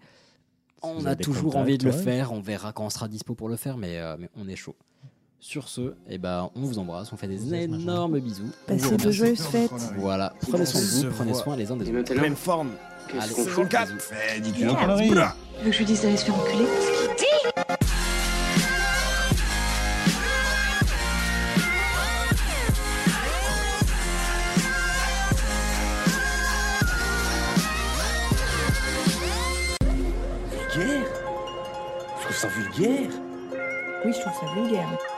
on vous a avez des toujours contacts, envie de le ouais. faire. On verra quand on sera dispo pour le faire, mais, euh, mais on est chaud. Sur ce, eh ben, on vous embrasse, on fait des énormes bisous. Bah, On vous Passez de remercie. joyeuses fêtes. Voilà, prenez soin de On se vous, prenez voit. soin les uns des Et autres. maintenant Même forme. Qu'est-ce Allez, qu'on bisous. fout Eh, dis-tu Merde. une connerie Tu veux que je lui dise d'aller se faire enculer Qu'est-ce qu'il dit Vulgaire Je trouve ça vulgaire. Oui, je trouve ça vulgaire.